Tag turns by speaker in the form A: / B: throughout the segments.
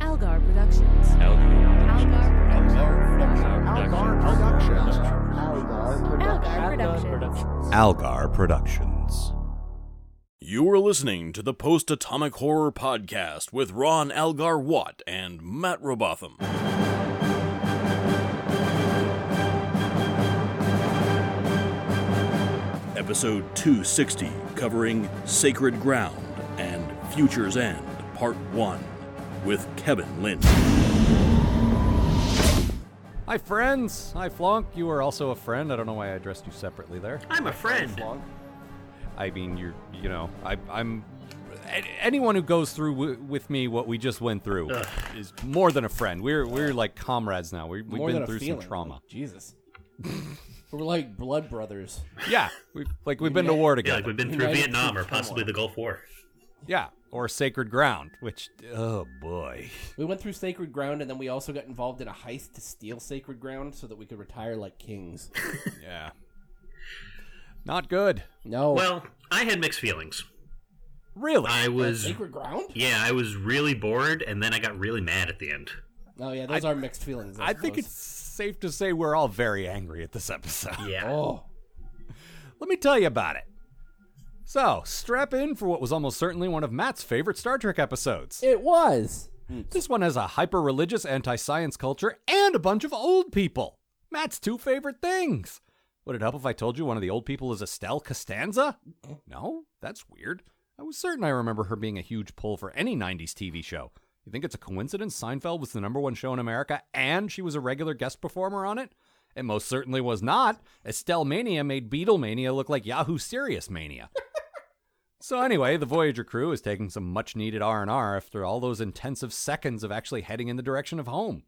A: Algar Productions. Algar Algar Productions.
B: Algar Productions.
C: You are listening to the Post Atomic Horror Podcast with Ron Algar Watt and Matt Robotham. Episode 260, covering Sacred Ground and Future's End, Part 1, with Kevin Lynn.
D: Hi, friends. Hi, Flonk. You are also a friend. I don't know why I addressed you separately there.
E: I'm a friend.
D: I mean, you're, you know, I, I'm. a- Anyone who goes through w- with me what we just went through is more than a friend. We're we're like comrades now. We, we've
F: More than
D: been
F: a
D: through
F: feeling,
D: some trauma.
F: like, Jesus. We're like blood brothers.
D: Yeah, we've like we've been to war
E: Yeah,
D: together.
E: like we've been through
F: United
E: Vietnam or possibly the Gulf War.
D: yeah, or sacred ground. Which oh boy.
F: We went through sacred ground, and then we also got involved in a heist to steal sacred ground so that we could retire like kings.
D: Yeah. Not good.
F: No,
E: Well, I had mixed feelings.
D: Really.
E: I was,
F: sacred ground.
E: yeah, I was really bored, and then I got really mad at the end.
F: Oh yeah, those are mixed feelings.
D: I think it's
F: suppose.
D: safe to say we're all very angry at this episode.
E: Yeah,
F: Oh,
D: Let me tell you about it. So, strap in for what was almost certainly one of Matt's favorite Star Trek episodes.
F: it was.
D: This one has a hyper religious, anti science culture, and a bunch of old people. Matt's two favorite things. Would it help if I told you one of the old people is Estelle Costanza? No? That's weird. I was certain I remember her being a huge pull for any 90s TV show. You think it's a coincidence Seinfeld was the number one show in America and she was a regular guest performer on it? It most certainly was not. Estelle Mania made Beatlemania look like Yahoo Serious Mania. So anyway, the Voyager crew is taking some much-needed R&R after all those intensive seconds of actually heading in the direction of home.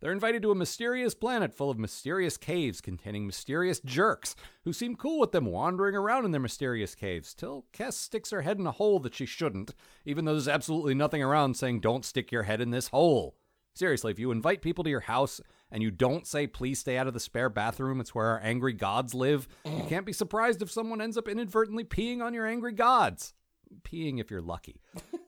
D: They're invited to a mysterious planet full of mysterious caves containing mysterious jerks who seem cool with them wandering around in their mysterious caves till Kess sticks her head in a hole that she shouldn't, even though there's absolutely nothing around saying don't stick your head in this hole. Seriously, if you invite people to your house and you don't say please stay out of the spare bathroom, it's where our angry gods live, you can't be surprised if someone ends up inadvertently peeing on your angry gods. Peeing if you're lucky.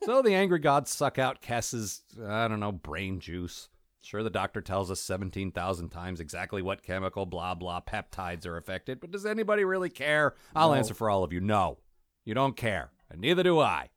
D: so the angry gods suck out Kess's, I don't know, brain juice. Sure, the doctor tells us 17,000 times exactly what chemical blah blah peptides are affected, but does anybody really care? I'll answer for all of you no. You don't care, and neither do I.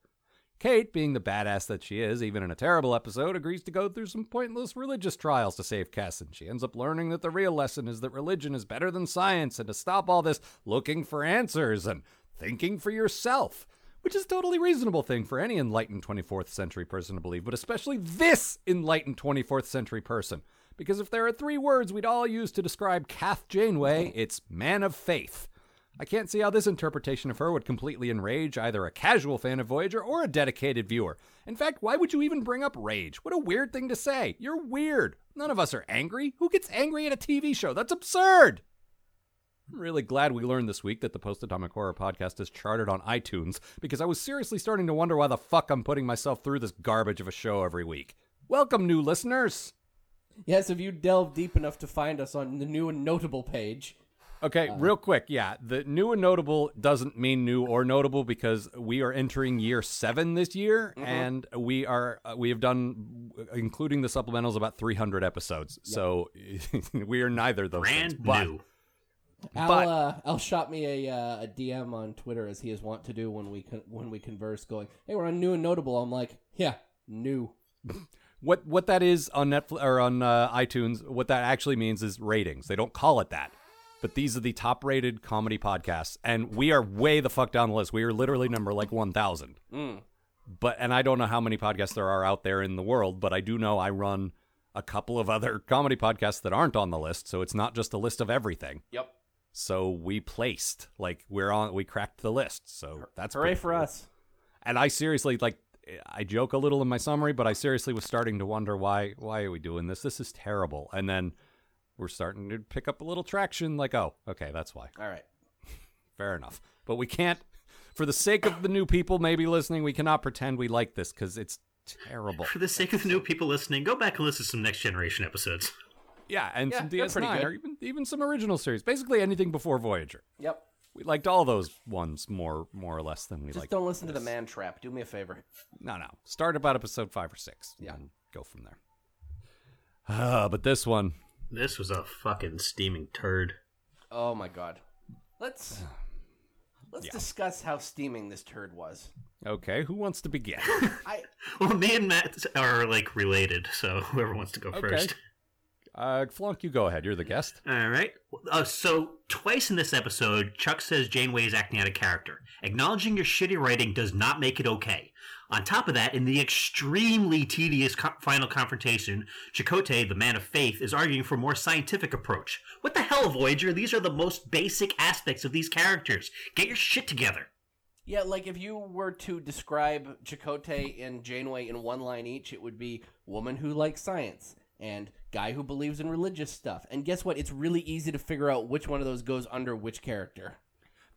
D: Kate, being the badass that she is, even in a terrible episode, agrees to go through some pointless religious trials to save Cass, and she ends up learning that the real lesson is that religion is better than science, and to stop all this looking for answers and thinking for yourself, which is a totally reasonable thing for any enlightened 24th century person to believe, but especially this enlightened 24th century person. Because if there are three words we'd all use to describe Kath Janeway, it's man of faith. I can't see how this interpretation of her would completely enrage either a casual fan of Voyager or a dedicated viewer. In fact, why would you even bring up rage? What a weird thing to say. You're weird. None of us are angry. Who gets angry at a TV show? That's absurd. I'm really glad we learned this week that the Post Atomic Horror podcast is charted on iTunes because I was seriously starting to wonder why the fuck I'm putting myself through this garbage of a show every week. Welcome, new listeners.
F: Yes, if you delve deep enough to find us on the new and notable page.
D: Okay,
E: Uh,
D: real quick, yeah. The new and notable doesn't mean new or notable because we are entering year seven this year,
E: Mm-hmm.
D: and we are uh, we have done, including the supplementals, about three hundred episodes. So we are neither of those things.
E: brand
D: But
E: new.
F: Al,
D: But-
F: uh, Al shot me a, uh, a DM on Twitter as he is wont to do when we con- when we converse, going, "Hey, we're on new and notable." I'm like, "Yeah, new."
D: what what that is on Netflix or on uh, iTunes, what that actually means is ratings. They don't call it that, but these are the top rated comedy podcasts, and we are way the fuck down the list. We are literally number like one thousand.
F: Mm.
D: But and I don't know how many podcasts there are out there in the world, but I do know I run a couple of other comedy podcasts that aren't on the list, so it's not just a list of everything.
F: Yep.
D: So we placed like we're on we cracked the list. So that's
F: Hooray
D: pretty
F: for
D: cool.
F: us.
D: And I seriously like I joke a little in my summary, but I seriously was starting to wonder why why are we doing this? This is terrible. And then we're starting to pick up a little traction like, oh, okay, that's why.
F: All right.
D: Fair enough. But we can't for the sake of the new people maybe listening, we cannot pretend we like this cuz it's terrible.
E: For the sake of the new people listening, go back and listen to some Next Generation episodes.
D: Yeah, and
F: Yeah,
D: some
F: they're pretty
D: DS9
F: good.
D: or even even some original series. Basically anything before Voyager.
F: Yep.
D: We liked all those ones more more or less than we
F: Just
D: liked.
F: don't listen to the man trap. Do me a favor.
D: No, no. Start about episode 5 or 6.
F: Yeah.
D: and go from there. Ah, but this one,
E: This was a fucking steaming turd.
F: Oh my god. Let's let's discuss how steaming this turd was.
D: okay, who wants to begin?
F: I
E: Well, me and Matt are like related, so whoever wants to go
D: Okay.
E: first.
D: uh, Flunk, you go ahead. You're the guest.
E: All right. Uh, so twice in this episode, Chuck says Janeway is acting out of character. Acknowledging your shitty writing does not make it okay. On top of that, in the extremely tedious co- final confrontation, Chakotay, the man of faith, is arguing for a more scientific approach. What the hell, Voyager? These are the most basic aspects of these characters. Get your shit together.
F: yeah, like if you were to describe Chakotay and Janeway in one line each, it would be woman who likes science and guy who believes in religious stuff. And guess what? It's really easy to figure out which one of those goes under which character.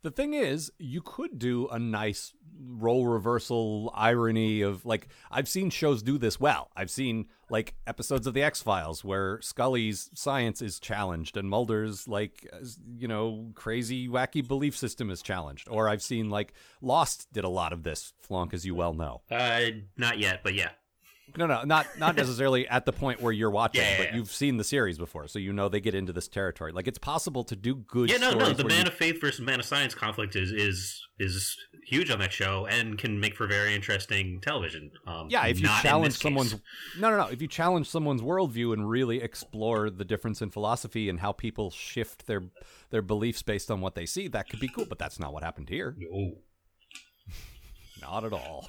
D: The thing is, you could do a nice role reversal irony of like I've seen shows do this well. I've seen like episodes of the X Files where Scully's science is challenged and Mulder's like uh, you know crazy wacky belief system is challenged. Or I've seen like Lost did a lot of this, Flonk, as you well know.
E: Uh, not yet, but yeah.
D: No, no, not not necessarily at the point where you're watching,
E: Yeah, yeah,
D: but
E: yeah.
D: you've seen the series before, so you know they get into this territory. Like it's possible to do good.
E: Yeah, no, no.
D: stories
E: The
D: where
E: man
D: you-
E: of faith versus man of science conflict is is is huge on that show and can make for very interesting television. Um,
D: Yeah, if you
E: not in
D: challenge
E: this case.
D: someone's no, no, no. If you challenge someone's worldview and really explore the difference in philosophy and how people shift their their beliefs based on what they see, that could be cool. But that's not what happened here.
E: Oh.
D: Not at all.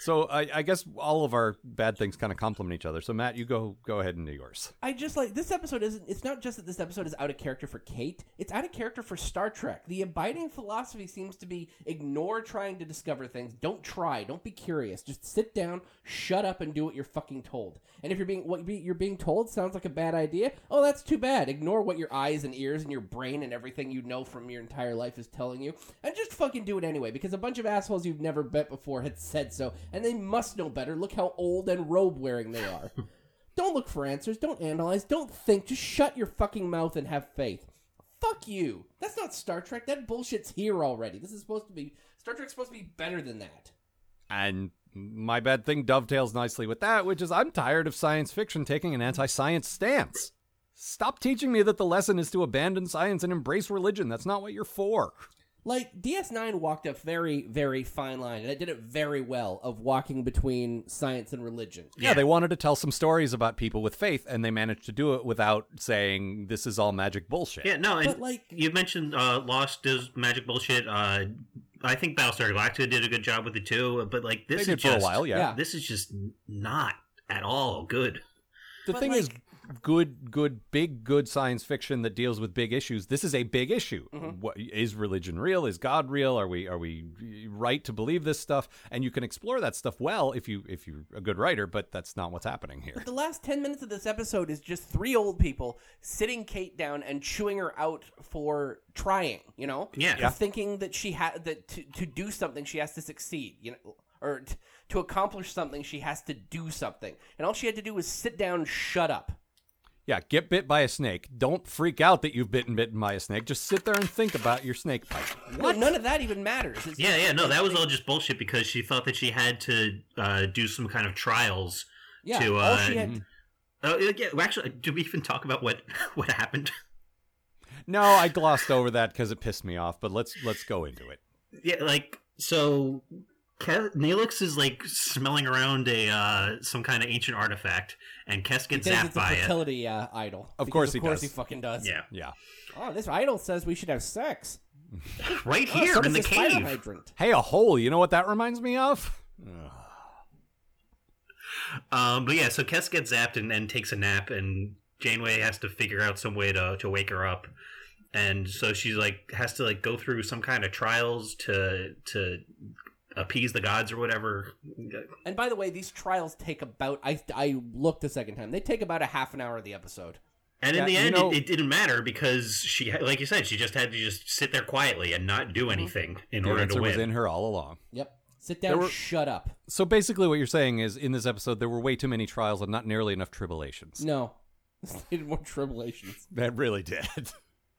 D: So I, I guess all of our bad things kind of complement each other. So Matt, you go go ahead and do yours.
F: I just like this episode isn't it's not just that this episode is out of character for Kate, it's out of character for Star Trek. The abiding philosophy seems to be ignore trying to discover things, don't try, don't be curious, just sit down, shut up and do what you're fucking told. And if you're being what you're being told sounds like a bad idea, oh that's too bad. Ignore what your eyes and ears and your brain and everything you know from your entire life is telling you and just fucking do it anyway because a bunch of assholes you've never met before had said so and they must know better. Look how old and robe wearing they are. Don't look for answers. Don't analyze. Don't think. Just shut your fucking mouth and have faith. Fuck you. That's not Star Trek. That bullshit's here already. This is supposed to be Star Trek's supposed to be better than that.
D: And my bad thing dovetails nicely with that, which is I'm tired of science fiction taking an anti science stance. Stop teaching me that the lesson is to abandon science and embrace religion. That's not what you're for.
F: Like DS9 walked a very very fine line and it did it very well of walking between science and religion.
D: Yeah, they wanted to tell some stories about people with faith, and they managed to do it without saying this is all magic bullshit.
E: Yeah, no, and
F: But, like-
E: you mentioned uh, Lost does magic bullshit. Uh, I think Battlestar Galactica did a good job with it too, but like
D: they
E: this
D: did
E: is
D: for
E: just,
D: a while. Yeah,
F: yeah.
E: This is just not at all good.
D: the
F: But,
D: thing
F: like-
D: is, good, good, big, good science fiction that deals with big issues. This is a big issue.
F: Mm-hmm.
D: What- is religion real? Is God real? Are we are we right to believe this stuff? And you can explore that stuff well if you if you're a good writer, but that's not what's happening here.
F: The last 10 minutes of this episode is just three old people sitting Kate down and chewing her out for trying, you know?
E: Yeah.
F: For
E: Yeah.
F: Thinking that she had that to, to do something she has to succeed, you know, or t- to accomplish something she has to do something. And all she had to do was sit down, and shut up.
D: Yeah, get bit by a snake. Don't freak out that you've bitten bitten by a snake. Just sit there and think about your snake bite.
F: No, none of that even matters. It's-
E: Yeah, yeah, no, that was all just bullshit because she thought that she had to uh, do some kind of trials.
F: yeah,
E: to,
F: all
E: uh,
F: she had
E: Uh, yeah, well, actually, do we even talk about what what happened?
D: No, I glossed over that because it pissed me off. But let's let's go into it.
E: Yeah, like so. Ke- Neelix is like smelling around a uh, some kind of ancient artifact, and Kes
F: he
E: gets
F: thinks
E: zapped
F: it's a
E: by it.
F: fertility uh, idol.
D: Of
F: Because
D: course
F: of
D: he
F: course
D: does.
F: he fucking does.
E: Yeah,
D: Yeah.
F: Oh, this idol says we should have sex.
E: right
F: Oh,
E: here
F: so
E: in the
F: does this fire
E: cave.
F: hydrant.
D: Hey, a hole. You know what that reminds me of?
E: Um, but yeah, so Kes gets zapped and, and takes a nap, and Janeway has to figure out some way to to wake her up, and so she's like has to like go through some kind of trials to to appease the gods or whatever.
F: And by the way, these trials take about I I looked a second time. They take about a half an hour of the episode.
E: And
D: Yeah,
E: in the
D: you
E: end,
D: know-
E: it, it didn't matter because she, had- like you said, she just had to just sit there quietly and not do anything in
D: The
E: order to
D: answer was
E: win.
D: in her all along.
F: Yep. Sit
D: There
F: down,
D: were-
F: shut up.
D: So basically, what you're saying is, in this episode, there were way too many trials and not nearly enough tribulations.
F: No. This needed more tribulations.
D: That really did.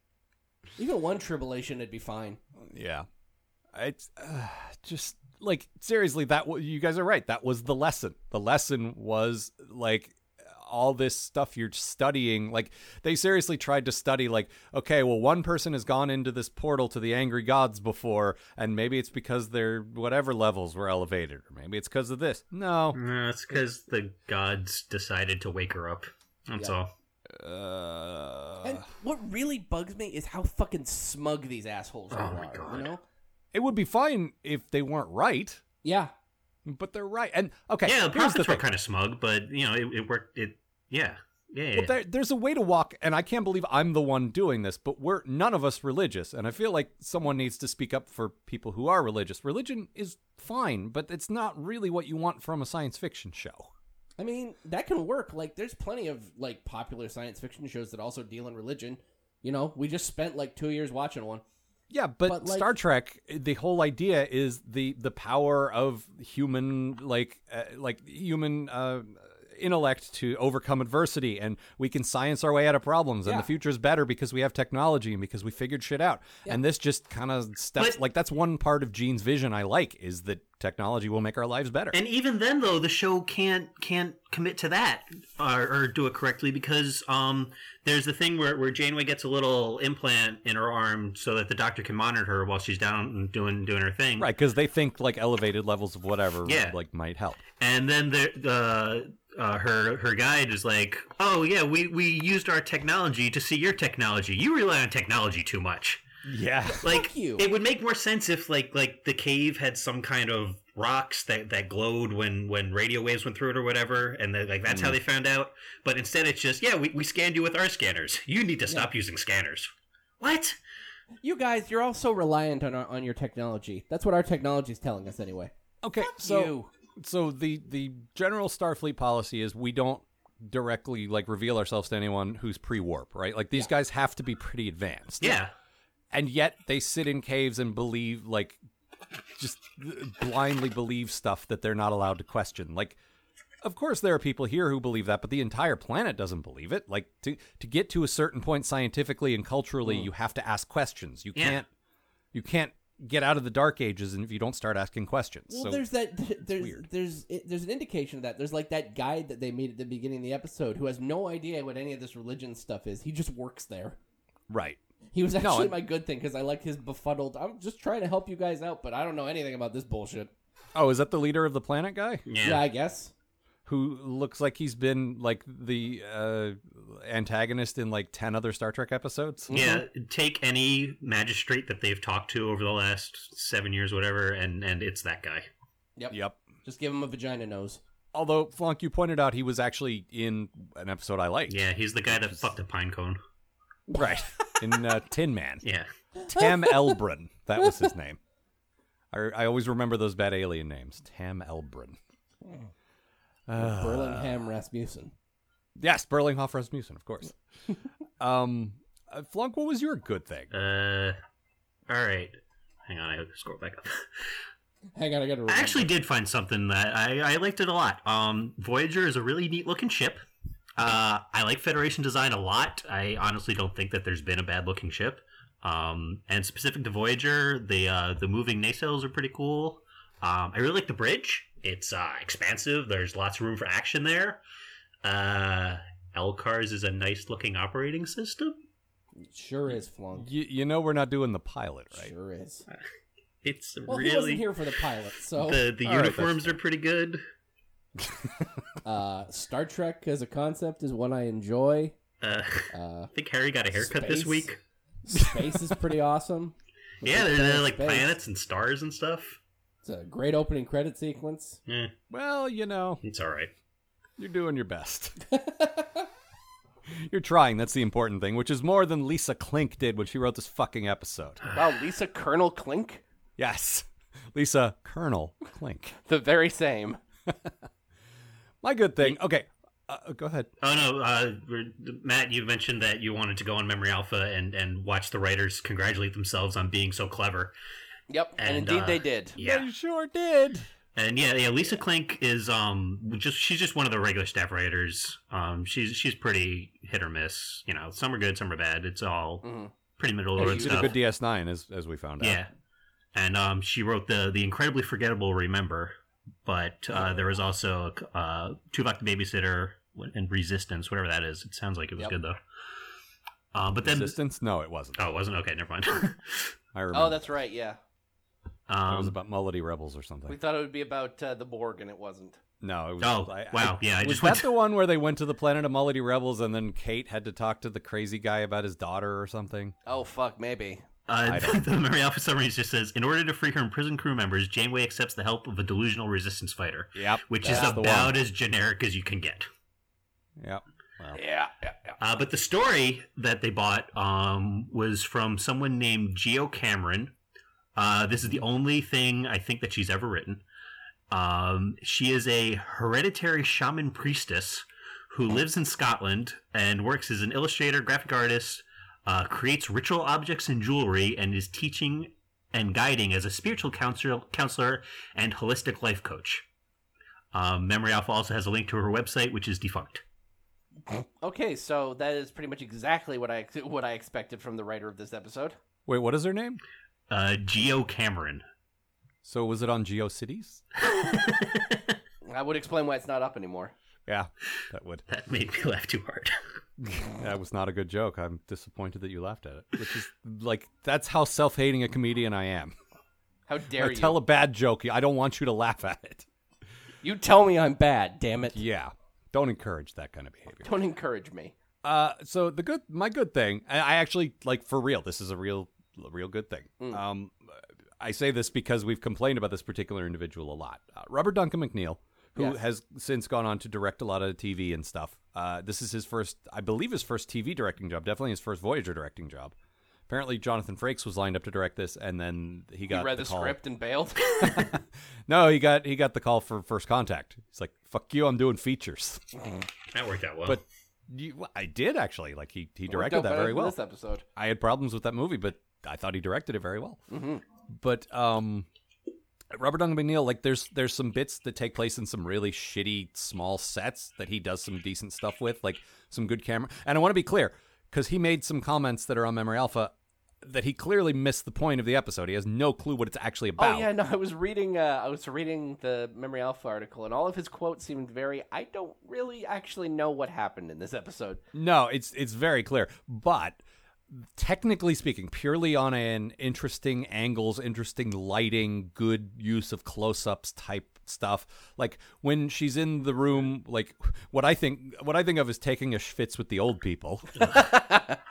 F: Even one tribulation it'd be fine.
D: yeah. It's uh, just like seriously that w- you guys are right that was the lesson the lesson was like all this stuff you're studying like they seriously tried to study like okay well one person has gone into this portal to the angry gods before and maybe it's because their whatever levels were elevated or maybe it's because of this no
E: No, Uh, it's because the gods decided to wake her up. That's
F: Yeah.
E: all.
D: uh,
F: And what really bugs me is how fucking smug these assholes
E: Oh
F: really
E: my
F: are.
E: God.
F: You know?
D: it would be fine if they weren't right
F: Yeah.
D: but they're right and okay
E: yeah, the
D: here's the
E: prophets were
D: thing.
E: kind of smug, but you know, it, it worked. It yeah, yeah. yeah.
D: Well, there, there's a way to walk, and I can't believe I'm the one doing this, but we're none of us religious, and I feel like someone needs to speak up for people who are religious. Religion is fine, but it's not really what you want from a science fiction show.
F: I mean, that can work. Like, there's plenty of like popular science fiction shows that also deal in religion. You know, we just spent like two years watching one.
D: Yeah, but,
F: But, like-
D: Star Trek, the whole idea is the the power of human like uh, like human uh, intellect to overcome adversity, and we can science our way out of problems, and
F: Yeah.
D: the future's better because we have technology and because we figured shit out. And this just kind of steps
E: But-
D: like that's one part of Gene's vision I like is that technology will make our lives better.
E: and even then, though, the show can't can't commit to that or, or do it correctly because um, there's the thing where where Janeway gets a little implant in her arm so that the doctor can monitor her while she's down and doing doing her thing.
D: Right, because they think like elevated levels of whatever
E: Yeah.
D: like might help.
E: And then the the. Uh, her her guide is like, oh yeah, we, we used our technology to see your technology. You rely on technology too much.
D: Yeah.
E: like
F: Fuck you.
E: it would make more sense if like like the cave had some kind of rocks that that glowed when when radio waves went through it or whatever and that like
F: Mm.
E: that's how they found out but instead it's just yeah we, we scanned you with our scanners you need to stop using scanners what
F: You guys, you're all so reliant on our, on your technology. That's what our technology is telling us anyway.
D: Okay, so
F: you.
D: so the the general Starfleet policy is we don't directly like reveal ourselves to anyone who's pre-warp, right? Like these guys have to be pretty advanced.
E: yeah
D: And yet they sit in caves and believe like just blindly believe stuff that they're not allowed to question. Like of course there are people here who believe that, but the entire planet doesn't believe it. Like to to get to a certain point scientifically and culturally, you have to ask questions. You
E: Hmm. Yeah.
D: can't you can't get out of the dark ages if you don't start asking questions.
F: Well,
D: so
F: there's that. There's
D: weird.
F: there's it, there's an indication of that. There's like that guide that they made at the beginning of the episode who has no idea what any of this religion stuff is. He just works there.
D: right.
F: He was actually
D: and-
F: my good thing because I liked his befuddled. I'm just trying to help you guys out, but I don't know anything about this bullshit.
D: Oh, is that the leader of the planet guy
E: yeah,
F: Yeah, I guess.
D: who looks like he's been like the uh, antagonist in like ten other Star Trek episodes?
E: Yeah,
F: Mm-hmm.
E: take any magistrate that they've talked to over the last seven years, whatever, and and it's that guy.
F: Yep.
D: Yep.
F: Just give him a vagina nose.
D: Although Flunk, you pointed out he was actually in an episode I liked.
E: Yeah, he's the guy that fucked a pine cone.
D: Right. In uh, Tin Man,
E: Yeah,
D: Tam Elbrun. That was his name. I, I always remember those bad alien names. Tam Elbrun. Uh.
F: Burlingham Rasmussen.
D: Yes, Berlinghoff Rasmussen, of course. um, uh, Flunk, what was your good thing?
E: uh, all right. Hang on, I have to scroll back up.
F: Hang on, I gotta. Remember.
E: I actually did find something that I, I liked it a lot. Um, Voyager is a really neat looking ship. Uh, I like Federation design a lot. I honestly don't think that there's been a bad looking ship. Um, and specific to Voyager, the uh, the moving nacelles are pretty cool. Um, I really like the bridge. It's uh, expansive. There's lots of room for action there. Uh, Elcars is a nice looking operating system.
F: sure is flunk.
D: You, you know we're not doing the pilot, right?
F: Sure is.
E: It's
F: Well, he
E: Uh, really
F: wasn't here for the pilot, so
E: the the
D: All right, that's
E: uniforms are pretty good.
F: uh, Star Trek as a concept is one I enjoy.
E: Uh,
F: Uh,
E: I think Harry got a haircut this
F: Space.
E: week.
F: space is pretty awesome.
E: Yeah, they're,
F: Planet
E: they're like
F: space.
E: planets and stars and stuff.
F: It's a great opening credit sequence.
E: Eh,
D: Well, you know,
E: it's all right.
D: You're doing your best. You're trying. That's the important thing, which is more than Lisa Klink did when she wrote this fucking episode.
F: Wow, Lisa Colonel Clink,
D: Yes. Lisa Colonel Klink.
F: the very same.
D: My good thing. Okay. Uh, go ahead.
E: Oh no, uh, we're- Matt, you mentioned that you wanted to go on Memory Alpha and and watch the writers congratulate themselves on being so clever.
F: Yep,
E: And, indeed uh, they
F: did.
E: Yeah,
D: You sure did.
E: and yeah, yeah. Lisa Klink is um just she's just one of the regular staff writers. Um, she's she's pretty hit or miss. You know,
F: Mm.
G: Mm-hmm.
E: some are good, some are bad. It's all pretty middle of the
D: She
E: road
D: did a
E: stuff.
D: good DS9, as, as we found out.
E: Yeah. and um, she wrote the the incredibly forgettable Remember. But
D: Oh.
E: uh, there was also uh, Tuvok the Babysitter and Resistance, whatever that is. It sounds like it was
D: Yep.
E: good though. Uh, but then,
D: Resistance? No, it wasn't.
E: oh, it wasn't okay. Never mind.
D: I remember.
G: Oh, that's right. Yeah,
D: It was
E: um,
D: about Mullity Rebels or something.
G: we thought it would be about uh, the Borg, and it wasn't.
D: no, it was.
E: oh,
D: I- I-
E: wow. yeah, I
D: was
E: just
D: that
E: went.
D: the one where they went to the planet of Mullity Rebels and then Kate had to talk to the crazy guy about his daughter or something?
G: Oh fuck, maybe.
E: Uh,
D: I don't-
E: the Mary Alpha summary just says, in order to free her imprisoned crew members, Janeway accepts the help of a delusional resistance fighter,
D: Yep.
E: which
D: that's
E: is
D: the one.
E: about as generic as you can get.
D: Yep. Wow.
G: Yeah, yeah, yeah.
E: Uh, but the story that they bought um, was from someone named Geo Cameron. Uh, this is the only thing I think that she's ever written. Um, she is a hereditary shaman priestess who lives in Scotland and works as an illustrator, graphic artist, uh, creates ritual objects and jewelry, and is teaching and guiding as a spiritual counselor, counselor and holistic life coach. Um, Memory Alpha also has a link to her website, which is defunct.
G: Okay, so that is pretty much exactly what I what I expected from the writer of this episode.
D: Wait, what is her name?
E: Uh, Geo Cameron.
D: So was it on GeoCities?
G: I would explain why it's not up anymore.
D: Yeah, that would.
E: That made me laugh too hard.
D: That was not a good joke. I'm disappointed that you laughed at it. Which is like that's how self-hating a comedian I am.
G: How dare
D: I
G: you?
D: tell a bad joke. I don't want you to laugh at it.
G: you tell me I'm bad. Damn it!
D: Yeah, don't encourage that kind of behavior.
G: Don't encourage me.
D: Uh, so the good, my good thing, I, I actually like for real. This is a real, a real good thing.
G: Mm.
D: Um, I say this because we've complained about this particular individual a lot. Uh, Robert Duncan McNeil, who
G: Yes.
D: has since gone on to direct a lot of TV and stuff. Uh, this is his first, I believe, his first TV directing job. Definitely his first Voyager directing job. Apparently, Jonathan Frakes was lined up to direct this, and then he got
G: You read the,
D: call.
G: script and bailed.
D: No, he got he got the call for First Contact. He's like, "Fuck you, I'm doing features."
E: That worked out well.
D: But you, I did actually like he he
G: Worked
D: directed
G: out
D: that
G: better
D: very
G: than
D: well.
G: This episode.
D: I had problems with that movie, but I thought he directed it very well.
G: Mhm.
D: But um, Robert Downey McNeil, like there's there's some bits that take place in some really shitty small sets that he does some decent stuff with, like some good camera. And I want to be clear because he made some comments that are on Memory Alpha that he clearly missed the point of the episode. He has no clue what it's actually about.
G: Oh yeah, no, I was reading. Uh, I was reading the Memory Alpha article, and all of his quotes seemed very. I don't really actually know what happened in this episode.
D: No, it's it's very clear. But technically speaking, purely on an interesting angles, interesting lighting, good use of close-ups type stuff. Like when she's in the room, like what I think what I think of is taking a schwitz with the old people.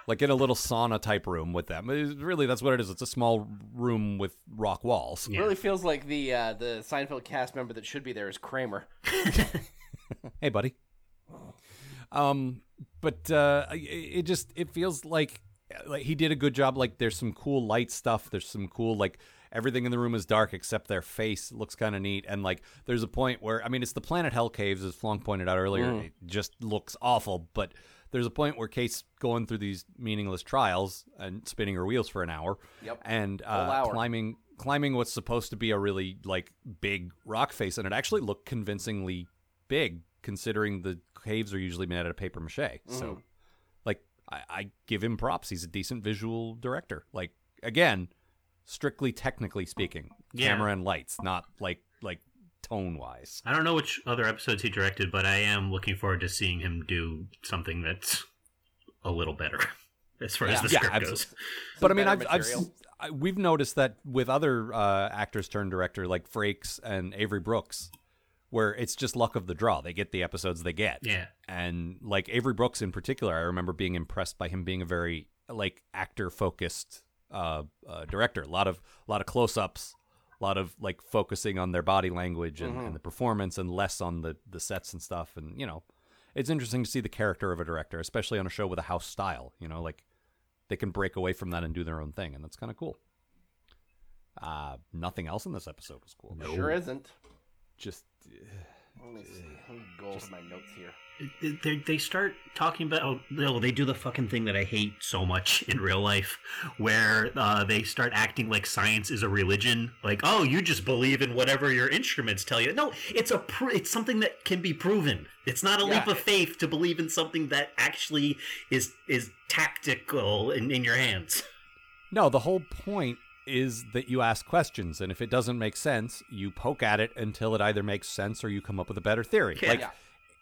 D: like in a little sauna type room with them. It's- really that's what it is. It's a small room with rock walls.
E: Yeah.
G: Really feels like the uh, the Seinfeld cast member that should be there is Kramer.
D: hey buddy um but uh it, it just it feels like like he did a good job like there's some cool light stuff there's some cool like everything in the room is dark except their face It looks kind of neat and like there's a point where i mean it's the planet hell caves as flonk pointed out earlier it just looks awful but there's a point where kate's going through these meaningless trials and spinning her wheels for an hour
G: Yep.
D: and uh,
G: hour.
D: climbing climbing what's supposed to be a really like big rock face and it actually looked convincingly big considering the caves are usually made out of paper mache
E: Mm-hmm.
D: so like I, I give him props he's a decent visual director like again strictly technically speaking
E: Yeah.
D: camera and lights not like like tone wise
E: I don't know which other episodes he directed, but I am looking forward to seeing him do something that's a little better as far as the
D: Yeah,
E: script
D: absolutely.
E: goes.
D: but I mean, I've,
G: better
D: I've
G: material.
D: s- I, we've noticed that with other uh, actors turned director like Frakes and Avery Brooks, where it's just luck of the draw. They get the episodes they get.
E: Yeah.
D: And like Avery Brooks in particular, I remember being impressed by him being a very like actor focused uh, uh, director. A lot of a lot of close ups, a lot of like focusing on their body language and, and the performance, and less on the the sets and stuff. And you know, it's interesting to see the character of a director, especially on a show with a house style. You know, like they can break away from that and do their own thing, and that's kind of cool. Uh, nothing else in this episode was cool. though.
G: Sure isn't.
D: Just
G: Let me see. Let me go over my notes here.
E: They, they start talking about oh, no, they do the fucking thing that I hate so much in real life, where uh, they start acting like science is a religion. Like, oh, you just believe in whatever your instruments tell you. No, it's a pr- it's something that can be proven. It's not a
G: Yeah.
E: leap of faith to believe in something that actually is is tactical in, in your hands.
D: No, the whole point is that you ask questions, and if it doesn't make sense, you poke at it until it either makes sense or you come up with a better theory.
E: Yeah.
D: Like
E: Yeah.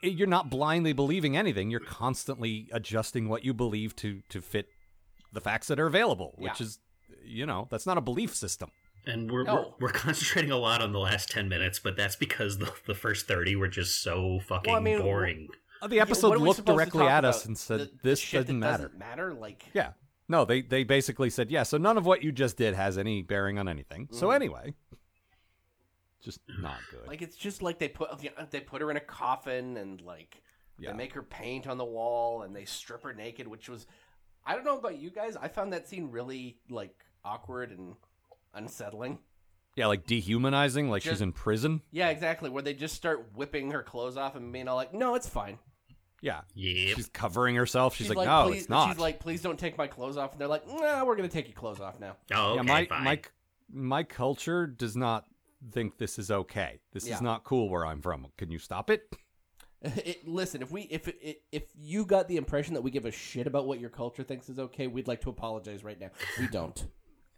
D: i- you're not blindly believing anything; you're constantly adjusting what you believe to to fit the facts that are available, which
G: Yeah.
D: is, you know, that's not a belief system.
E: And we're,
G: No.
E: we're we're concentrating a lot on the last ten minutes, but that's because the, the first thirty were just so fucking
G: I mean,
E: boring.
D: Uh, The
G: Yeah,
D: episode
G: what are we
D: looked
G: supposed to
D: directly
G: talk
D: at
G: about?
D: us and said,
G: The- the
D: "This
G: shit
D: doesn't
G: that
D: matter."
G: Doesn't matter. Like,
D: Yeah. No, they they basically said, yeah, so none of what you just did has any bearing on anything. So anyway, just not good.
G: Mm. like it's just like they put they put her in a coffin and like
D: Yeah.
G: they make her paint on the wall and they strip her naked, which was I don't know about you guys. I found that scene really like awkward and unsettling.
D: yeah, like dehumanizing, like she's
G: Just-
D: in prison.
G: Yeah, exactly. Where they just start whipping her clothes off and being all like, "No, it's fine."
D: Yeah.
E: Yep.
D: She's covering herself. She's, like, no,
G: please,
D: it's not.
G: She's like, "Please don't take my clothes off." And they're like, "Nah, we're gonna take your clothes off now."
E: oh, okay,
D: yeah, my,
E: fine.
D: my my culture does not think this is okay. This
G: Yeah.
D: is not cool where I'm from. Can you stop it?
F: It, listen, if we if it, if you got the impression that we give a shit about what your culture thinks is okay, we'd like to apologize right now. We don't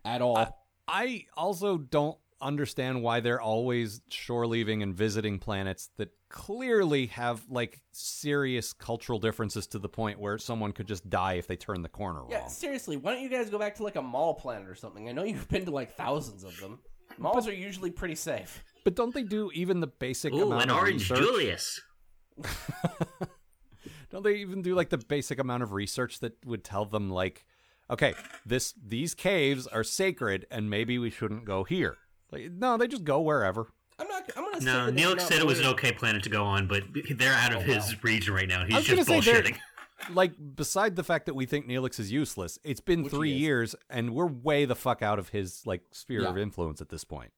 F: at all.
D: I also don't understand why they're always shore leaving and visiting planets that clearly have like serious cultural differences to the point where someone could just die if they turn the corner wrong.
G: Yeah, seriously, why don't you guys go back to like a mall planet or something? I know you've been to like thousands of them. Malls are usually pretty safe.
D: But don't they do even the basic
E: Ooh,
D: amount
E: an
D: of
E: orange
D: research?
E: Julius.
D: Don't they even do like the basic amount of research that would tell them like, okay, this these caves are sacred and maybe we shouldn't go here. Like, no, they just go wherever.
F: I'm not. I'm gonna. say
E: No,
F: that
E: Neil
F: it's not
E: said it was an
F: really-
E: okay planet to go on, but they're out of his region right now. and He's
D: was gonna
E: just
D: say they're-
E: bullshitting.
D: Like, beside the fact that we think Neelix is useless, it's been
F: Which he
D: three
F: is.
D: years and we're way the fuck out of his like sphere of
F: Yeah.
D: influence at this point.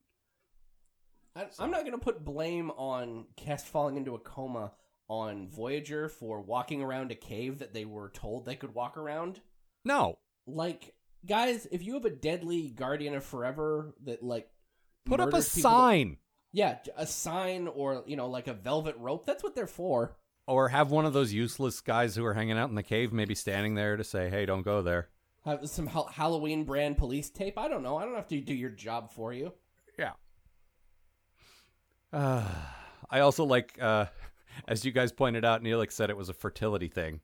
F: I, I'm not going to put blame on Kess falling into a coma on Voyager for walking around a cave that they were told they could walk around.
D: No,
F: Like, guys, if you have a deadly Guardian of Forever that like
D: put up a
F: murders people that-
D: sign
F: yeah, j- a sign or you know like a velvet rope. That's what they're for.
D: or have one of those useless guys who are hanging out in the cave maybe standing there to say, "Hey, don't go there."
F: Have some ha- Halloween brand police tape. I don't know. I don't have to do your job for you.
D: Uh, I also like, uh, as you guys pointed out, Neelix said it was a fertility thing.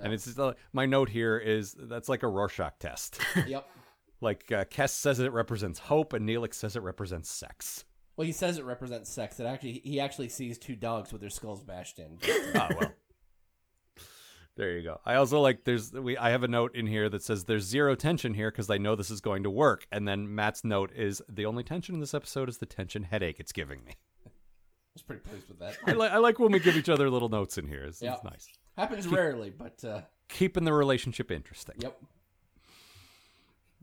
D: And it's just, uh, my note here is that's like a Rorschach test.
F: yep.
D: like uh, Kess says it represents hope, and Neelix says it represents sex.
F: Well, he says it represents sex. It actually he actually sees two dogs with their skulls bashed in.
D: Oh well, there you go. I also like there's we I have a note in here that says there's zero tension here because I know this is going to work. And then Matt's note is the only tension in this episode is the tension headache it's giving me.
F: I was pretty pleased with that.
D: I, li- I like when we give each other little notes in here. It's,
F: Yeah.
D: it's nice
F: Happens rarely, but uh,
D: keeping the relationship interesting.
F: yep.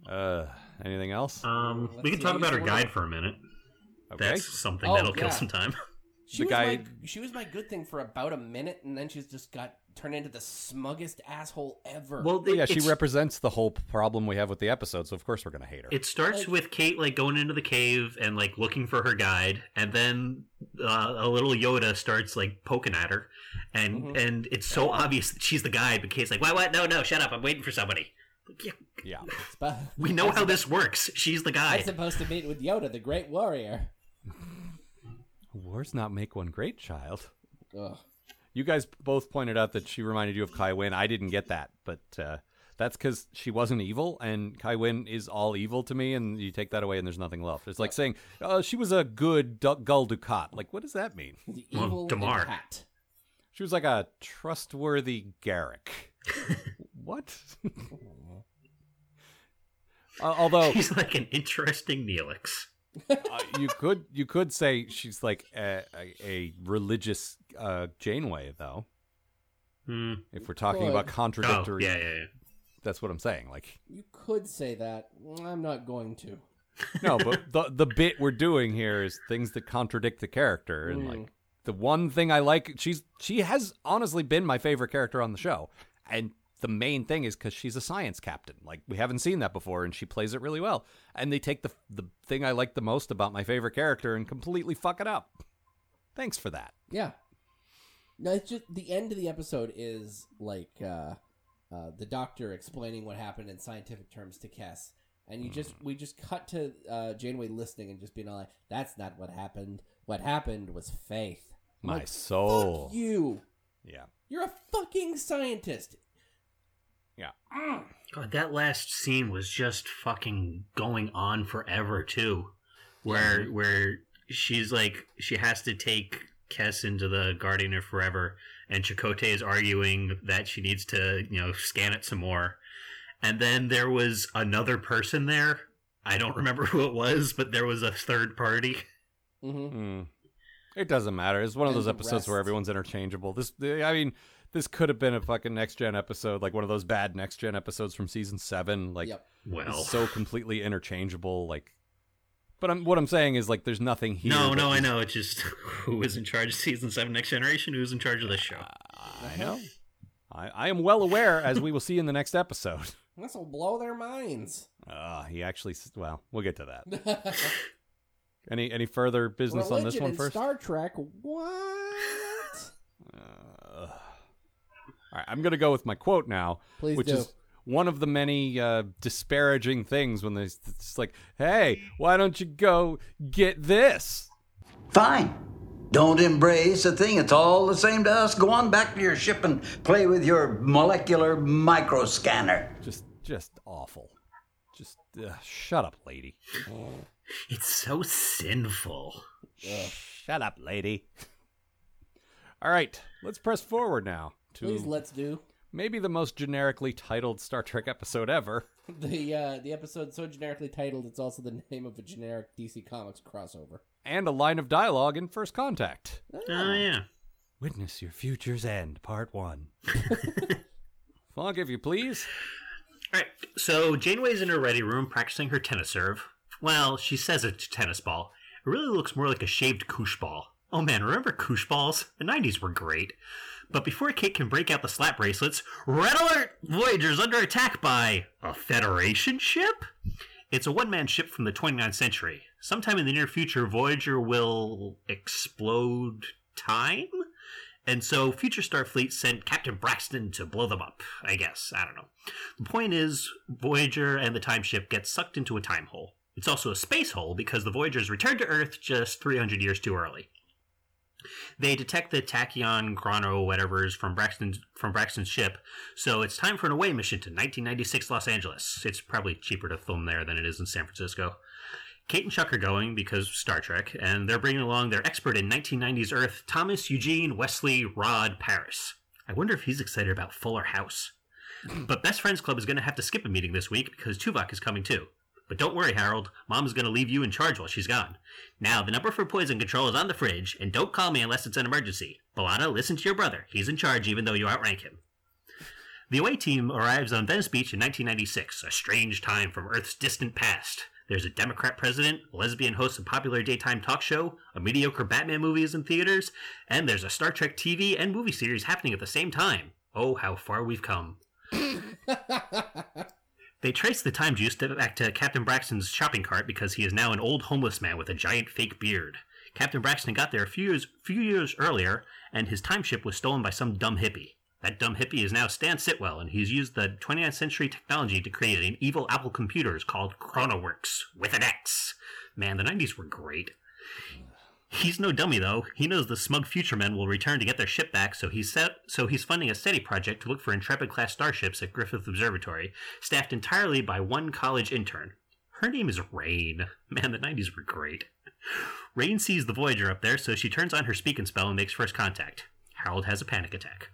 D: Uh, anything else?
E: Um,
F: Let's
E: we can
F: see,
E: talk
F: I
E: about her
F: used to work-
E: guide for a minute.
D: Okay.
E: That's something
F: Oh,
E: that'll
F: yeah.
E: kill some time.
F: She
D: The
F: was
D: guy-
F: my, she was my good thing for about a minute, and then she's just got turned into the smuggest asshole ever.
E: Well,
D: Well, yeah, she
E: it's-
D: represents the whole problem we have with the episode, so of course we're gonna hate her.
E: It starts
F: Like-
E: with Kate like going into the cave and like looking for her guide, and then uh, a little Yoda starts like poking at her, and
F: Mhm.
E: and it's so obvious that she's the guide. But Kate's like, "Why? What? No, no, shut up! I'm waiting for somebody." Like, yeah,
D: yeah,
F: It's bu-
E: we know how this works. She's the
F: I'm
E: guide.
F: supposed to meet with Yoda, the Great Warrior.
D: wars not make one great, child.
F: Ugh.
D: You guys both pointed out that she reminded you of Kai Wynn. I didn't get that, but uh, that's because she wasn't evil, and Kai Wynn is all evil to me. And you take that away, and there's nothing left. It's like saying uh, she was a good du- Gul Dukat. Like, what does that mean?
F: The
E: Well,
F: evil in
E: Damar.
F: the hat.
D: She was like a trustworthy Garrick. what? Uh, although
E: She's like an interesting Neelix.
D: Uh, you could you could say she's like a, a, a religious uh, Janeway, though.
E: Hmm.
D: If we're talking about
F: Could.
E: Oh,
D: contradictory,
E: yeah, yeah, yeah.
D: that's what I'm saying. Like,
F: You could say that. I'm not going to.
D: no, but the the bit we're doing here is things that contradict the character, and
F: Mm.
D: like the one thing I like, she's she has honestly been my favorite character on the show, and the main thing is because she's a science captain. Like, we haven't seen that before, and she plays it really well. And they take the the thing I like the most about my favorite character and completely fuck it up. Thanks for that.
F: Yeah. No, it's just the end of the episode is like uh, uh, the doctor explaining what happened in scientific terms to Kess, and you just we just cut to uh, Janeway listening and just being all like, "That's not what happened. What happened was faith." I'm
D: My
F: like,
D: soul.
F: Fuck you.
D: Yeah.
F: You're a fucking scientist.
E: God, that last scene was just fucking going on forever too. Where where she's like she has to take Kess into the Guardian of Forever and Chakotay is arguing that she needs to, you know, scan it some more. And then there was another person there. I don't remember who it was, but there was a third party.
F: Mm-hmm.
D: Hmm.
E: Mm.
D: It doesn't matter. It's one of
F: And
D: those
F: the
D: episodes where
F: rest.
D: everyone's interchangeable. This, I mean, this could have been a fucking next gen episode, like one of those bad next gen episodes from season seven. Like,
F: yep.
E: Well,
D: it's so completely interchangeable. Like, but I'm, what I'm saying is like, there's nothing here.
E: no,
D: that
E: no, I
D: is-
E: know. It's just who was in charge of season seven, Next Generation, who's in charge of this show.
D: I know. I, I am well aware, as we will see in the next episode.
F: This will blow their minds.
D: Uh, he actually. s- Well, we'll get to that. Any any further business
F: Religion
D: on this one
F: in
D: first?
F: Star Trek. What?
D: All right, I'm going to go with my quote now,
F: Please
D: which
F: do.
D: is one of the many uh, disparaging things when there's it's like, "Hey, why don't you go get this?"
H: Fine. Don't embrace the thing. It's all the same to us. Go on back to your ship and play with your molecular microscanner.
D: Just just awful. Just uh, shut up, lady.
E: It's so sinful.
D: Shut up, lady. All right, let's press forward now to
F: Please let's do
D: maybe the most generically titled Star Trek episode ever.
F: the uh, the episode so generically titled. It's also the name of a generic DC Comics crossover.
D: and a line of dialogue in First Contact.
F: Uh.
E: Oh yeah.
D: Witness your future's end, part one. Funk, if you please.
E: All right. So Janeway's in her ready room practicing her tennis serve. Well, she says it's a tennis ball. It really looks more like a shaved koosh ball. Oh man, remember koosh balls? The 90s were great. But before Kate can break out the slap bracelets, Red Alert! Voyager's under attack by a Federation ship? It's a one man ship from the 29th century. Sometime in the near future, Voyager will explode time? And so future Starfleet sent Captain Braxton to blow them up, I guess. I don't know. The point is, Voyager and the time ship get sucked into a time hole. It's also a space hole because the Voyagers returned to Earth just 300 years too early. They detect the tachyon chrono whatever's from Braxton's from Braxton's ship, so it's time for an away mission to 1996 Los Angeles. It's probably cheaper to film there than it is in San Francisco. Kate and Chuck are going because Star Trek, and they're bringing along their expert in 1990s Earth, Thomas Eugene Wesley Rod Paris. I wonder if he's excited about Fuller House. But Best Friends Club is going to have to skip a meeting this week because Tuvok is coming too. But don't worry, Harold. Mom is going to leave you in charge while she's gone. Now, the number for poison control is on the fridge, and don't call me unless it's an emergency. Balana, listen to your brother. He's in charge even though you outrank him. The away team arrives on Venice Beach in 1996, a strange time from Earth's distant past. There's a Democrat president, a lesbian hosts a popular daytime talk show, a mediocre Batman movie is in theaters, and there's a Star Trek TV and movie series happening at the same time. Oh, how far we've come. They trace the time juice to- back to Captain Braxton's shopping cart because he is now an old homeless man with a giant fake beard. Captain Braxton got there a few years, few years earlier, and his time ship was stolen by some dumb hippie. That dumb hippie is now Stan Sitwell, and he's used the 29th century technology to create an evil Apple computers called ChronoWorks with an X. Man, the 90s were great. He's no dummy though. He knows the smug future men will return to get their ship back, so he's set, so he's funding a SETI project to look for Intrepid class starships at Griffith Observatory, staffed entirely by one college intern. Her name is Rain. Man, the 90s were great. Rain sees the Voyager up there, so she turns on her speak and spell and makes first contact. Harold has a panic attack.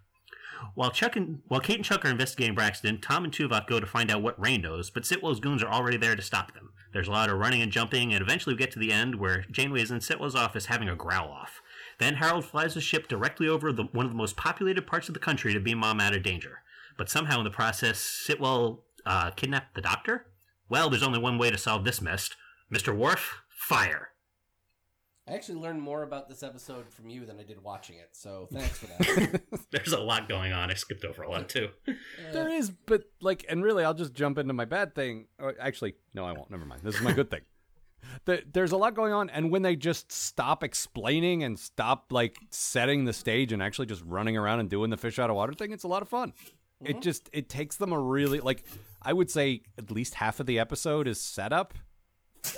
E: While Chuck and while Kate and Chuck are investigating Braxton, Tom and Tuvok go to find out what Rain knows, but Sitwell's goons are already there to stop them. There's a lot of running and jumping, and eventually we get to the end where Janeway is in Sitwell's office having a growl off. Then Harold flies the ship directly over the, one of the most populated parts of the country to beam Mom out of danger. But somehow in the process, Sitwell uh, kidnapped the doctor? Well, there's only one way to solve this mess. Mr. Worf, fire.
F: I actually learned more about this episode from you than I did watching it, so thanks for that.
E: There's a lot going on. I skipped over a lot too.
D: There is, but like, and really, I'll just jump into my bad thing. Or, actually, no, I won't. Never mind. This is my good thing. The, there's a lot going on, and when they just stop explaining and stop like setting the stage and actually just running around and doing the fish out of water thing, it's a lot of fun. It just it takes them a really like I would say at least half of the episode is setup